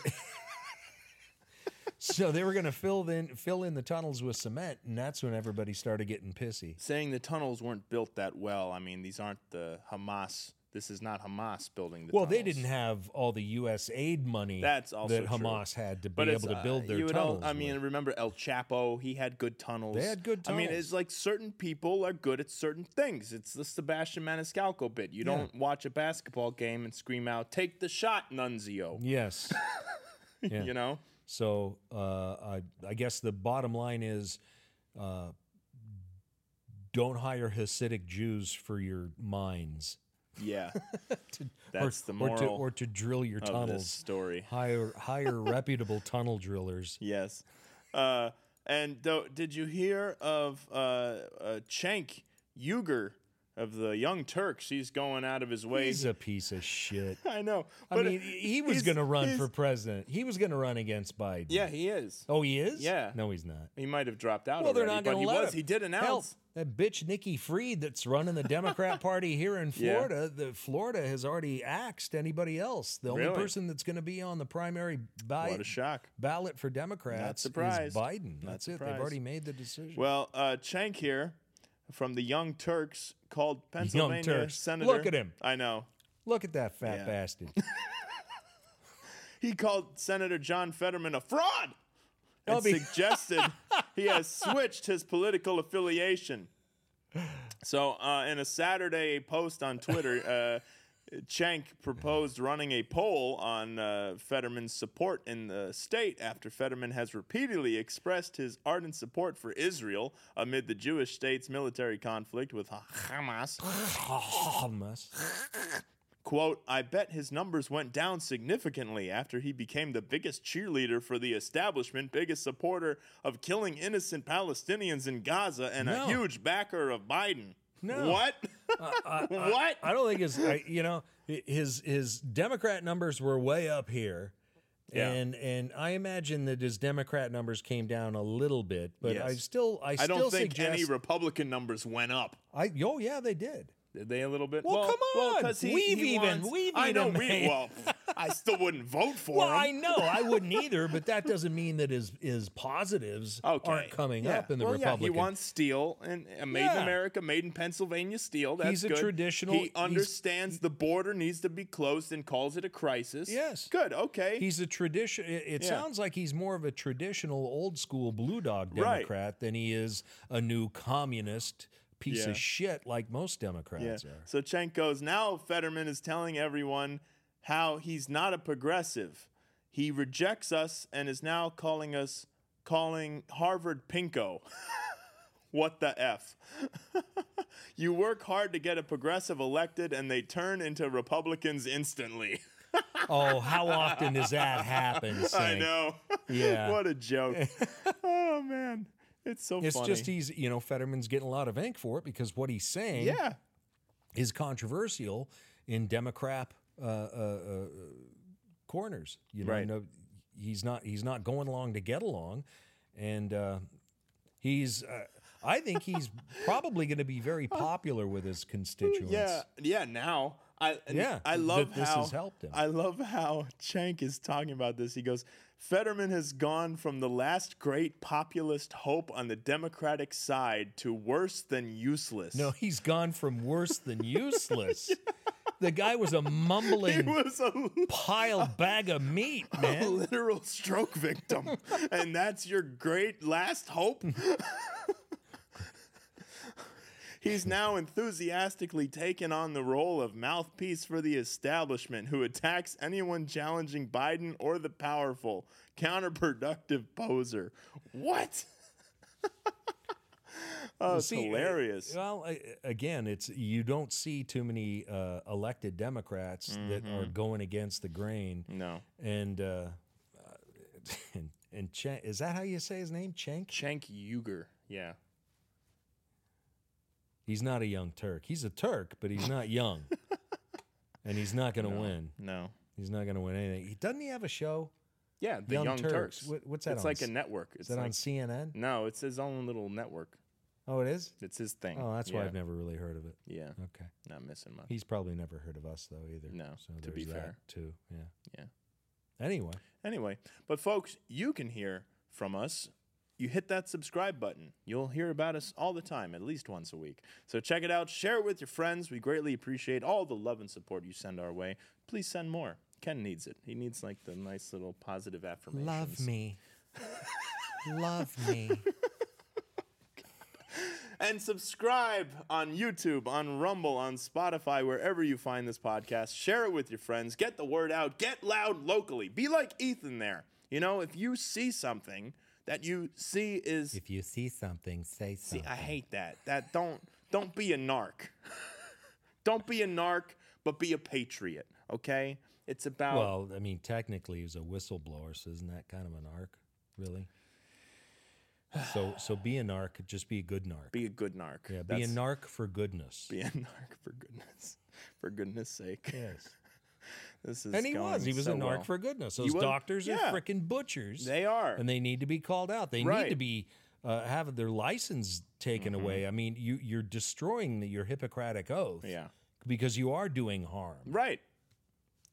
S8: (laughs) so they were going to fill in fill in the tunnels with cement, and that's when everybody started getting pissy.
S9: saying the tunnels weren't built that well. I mean, these aren't the Hamas. This is not Hamas building the.
S8: Well, they
S9: tunnels.
S8: didn't have all the U.S. aid money
S9: That's also
S8: that
S9: true.
S8: Hamas had to
S9: But
S8: be
S9: it's,
S8: able to
S9: uh,
S8: build their
S9: you would
S8: tunnels.
S9: All, I
S8: with.
S9: mean, remember El Chapo? He had good tunnels.
S8: They had good
S9: I mean,
S8: tunnels.
S9: it's like certain people are good at certain things. It's the Sebastian Maniscalco bit. You don't watch a basketball game and scream out, "Take the shot, Nunzio."
S8: yes. (laughs) Yeah.
S9: You know,
S8: So uh, I, I guess the bottom line is, uh, don't hire Hasidic Jews for your mines. (laughs)
S9: yeah.
S8: Or-
S9: That's the moral
S8: or to, or to drill your
S9: of this
S8: tunnels.
S9: story. (laughs)
S8: Hire hire reputable tunnel drillers.
S9: Yes. Uh, and though, did you hear of uh, uh, Cenk Uygur of the Young Turks? He's going out of his way.
S8: He's a piece of shit.
S9: (laughs) I know.
S8: I mean, he was
S9: he's-
S8: going to run
S9: he's-
S8: for president. He was going to run against Biden.
S9: (laughs) Yeah, he is.
S8: Oh, he is.
S9: Yeah.
S8: No, he's not.
S9: He might have dropped out.
S8: Well, they're
S9: already,
S8: not
S9: but
S8: going to
S9: he
S8: let
S9: was.
S8: him.
S9: He did announce.
S8: Hell, that bitch Nikki Freed that's running the
S9: (laughs)
S8: Democrat Party here in
S9: Yeah.
S8: Florida. The Florida has already axed anybody else. The
S9: Really?
S8: only person that's going to be on the primary bi-
S9: What a shock.
S8: ballot for Democrats is
S9: surprised.
S8: Biden.
S9: Not
S8: That's it. They've
S9: surprised.
S8: already made the decision.
S9: Well, uh, Chank here from the Young Turks called Pennsylvania
S8: Turks.
S9: Senator.
S8: Look at him.
S9: I know.
S8: Look at that fat
S9: Yeah. (laughs)
S8: bastard.
S9: He called Senator John Fetterman a fraud and
S8: That'll be-
S9: suggested he has switched his political affiliation. So, uh, in a Saturday post on Twitter, uh, Chank proposed running a poll on uh, Fetterman's support in the state after Fetterman has repeatedly expressed his ardent support for Israel amid the Jewish
S8: Oh,
S9: state's military conflict with Hamas.
S8: Hamas.
S9: Quote, I bet his numbers went down significantly after he became the biggest cheerleader for the establishment, biggest supporter of killing innocent Palestinians in Gaza, and
S8: No.
S9: a huge backer of Biden.
S8: No. Uh,
S9: What? (laughs) what?
S8: I don't think his, I, you know, hi- his his Democrat numbers were way up here,
S9: Yeah.
S8: and and I imagine that his Democrat numbers came down a little bit, but I
S9: Yes.
S8: still, I,
S9: I
S8: still
S9: don't think
S8: suggest,
S9: any Republican numbers went up.
S8: I oh yeah, they did.
S9: Did they a little bit?
S8: Well, come on.
S9: 'cause
S8: We've even- we've
S9: I know.
S8: even
S9: We,
S8: made-
S9: well, I still wouldn't vote
S8: (laughs)
S9: for
S8: Well,
S9: him.
S8: I know I
S9: (laughs)
S8: wouldn't either, but that doesn't mean that his his positives
S9: okay.
S8: aren't coming
S9: Yeah.
S8: up in the
S9: well,
S8: Republican.
S9: Yeah, he wants steel and uh, made in
S8: Yeah.
S9: America, made in Pennsylvania steel. That's
S8: He's a
S9: good.
S8: traditional-
S9: He
S8: he's-
S9: understands the border needs to be closed and calls it a crisis.
S8: Yes.
S9: Good. Okay.
S8: He's a tradition. It, it
S9: Yeah.
S8: sounds like he's more of a traditional, old school blue dog
S9: Right.
S8: Democrat than he is a new communist piece
S9: Yeah.
S8: of shit like most Democrats
S9: Yeah.
S8: are.
S9: So Cenk goes, now Fetterman is telling everyone how he's not a progressive. He rejects us and is now calling us, calling Harvard Pinko. (laughs) what the F? (laughs) you work hard to get a progressive elected and they turn into Republicans instantly. (laughs)
S8: Oh, how often does that happen?
S9: I
S8: Sink?
S9: know. (laughs)
S8: Yeah.
S9: what
S8: (laughs)
S9: a joke. oh, man. It's so
S8: It's
S9: funny.
S8: just he's, you know, Fetterman's getting a lot of ink for it because what he's saying
S9: yeah.
S8: is controversial in Democrat uh, uh, uh, corners. You know,
S9: Right.
S8: no, he's not he's not going along to get along, and uh, he's. Uh, I think
S9: (laughs)
S8: he's probably going to be very popular with his constituents.
S9: Yeah, yeah. Now, I and
S8: Yeah,
S9: I
S8: that
S9: love
S8: this
S9: how
S8: has helped him.
S9: I love how Chank is talking about this. He goes, Fetterman has gone from the last great populist hope on the Democratic side to worse than useless. (laughs)
S8: No, he's gone from worse than useless. The guy was a
S9: he
S8: mumbling
S9: was a,
S8: piled bag of meat,
S9: a
S8: man.
S9: literal stroke victim, (laughs) and that's your great last hope. He's now enthusiastically taken on the role of mouthpiece for the establishment who attacks anyone challenging Biden or the powerful, counterproductive poser. What? (laughs) oh, it's
S8: See,
S9: hilarious.
S8: uh, Well, I- again, it's you don't see too many uh, elected Democrats that
S9: Mm-hmm.
S8: are going against the grain.
S9: no.
S8: And uh, (laughs) and, and Chen, is that how you say his name? Chenk?
S9: Cenk Uger. Yeah.
S8: He's not a young Turk. He's a Turk, but he's not
S9: (laughs)
S8: young. and he's not going to win.
S9: No.
S8: He's not going to win anything. He doesn't he have a show?
S9: Yeah, the
S8: Young
S9: Young,
S8: Turks.
S9: Turks.
S8: What- what's that
S9: It's
S8: on?
S9: like a network. It's
S8: Is that
S9: like,
S8: on CNN?
S9: No, it's his own little network.
S8: Oh, it is.
S9: It's his thing.
S8: Oh, that's why
S9: Yeah.
S8: I've never really heard of it.
S9: Yeah,
S8: Okay.
S9: not missing much.
S8: He's probably never heard of us though either.
S9: No,
S8: So
S9: to
S8: there's
S9: be
S8: that
S9: fair.
S8: too. Yeah.
S9: Yeah.
S8: Anyway,
S9: Anyway, but folks, you can hear from us. You hit that subscribe button. You'll hear about us all the time, at least once a week. So check it out. Share it with your friends. We greatly appreciate all the love and support you send our way. Please send more. Ken needs it. He needs like the nice little positive affirmations.
S8: love me. love me.
S9: and subscribe on YouTube, on Rumble, on Spotify, wherever you find this podcast. Share it with your friends. Get the word out. Get loud locally. Be like Ethan there. You know, if you see something that you see
S8: (laughs)
S9: is
S8: If you see something, say
S9: See,
S8: something.
S9: I hate that. That don't don't be a narc. (laughs) don't be a narc, but be a patriot, okay? It's about
S8: well, I mean, technically, he's a whistleblower, so isn't that kind of an arc, really? So, so be a narc. Just be a good narc.
S9: be a good narc.
S8: yeah, be a narc for goodness.
S9: Be a narc for goodness. For goodness sake.
S8: yes.
S9: (laughs) This is
S8: And he
S9: going
S8: was. He was
S9: so
S8: a narc
S9: well.
S8: for goodness.
S9: He
S8: Those
S9: was-
S8: doctors
S9: yeah.
S8: are freaking butchers.
S9: They are.
S8: and they need to be called out. They need to
S9: Right. Mm-hmm.
S8: be uh, have their license taken away. I mean, you you're destroying the, your Hippocratic oath.
S9: Yeah.
S8: because you are doing harm.
S9: Right.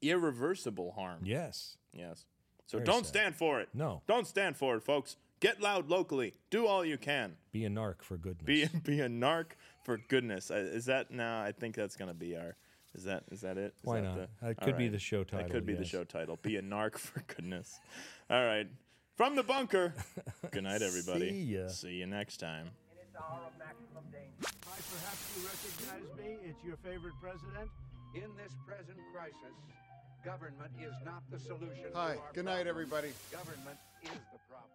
S9: Irreversible harm.
S8: Yes.
S9: Yes. So
S8: Very
S9: don't
S8: sad.
S9: stand for it.
S8: No.
S9: Don't stand for it, folks. Get loud locally. Do all you can.
S8: Be a narc for goodness.
S9: Be (laughs) be a narc for goodness. I- Is that now? I think that's gonna be our. Is that is that it? Is
S8: Why
S9: that
S8: not?
S9: the-
S8: That
S9: all
S8: could be the show
S9: That
S8: title,
S9: could be the
S8: yes.
S9: show title. Be a narc (laughs) for goodness. All right. From the
S8: (laughs)
S9: bunker. Good night, everybody.
S8: See ya.
S9: See you next time.
S3: in its hour of maximum danger.
S4: Why, perhaps you recognize me? It's your favorite president?
S5: In this present crisis, government is not the solution. to
S11: Hi,
S5: our
S11: good night,
S5: problem.
S11: everybody.
S5: Government is the problem.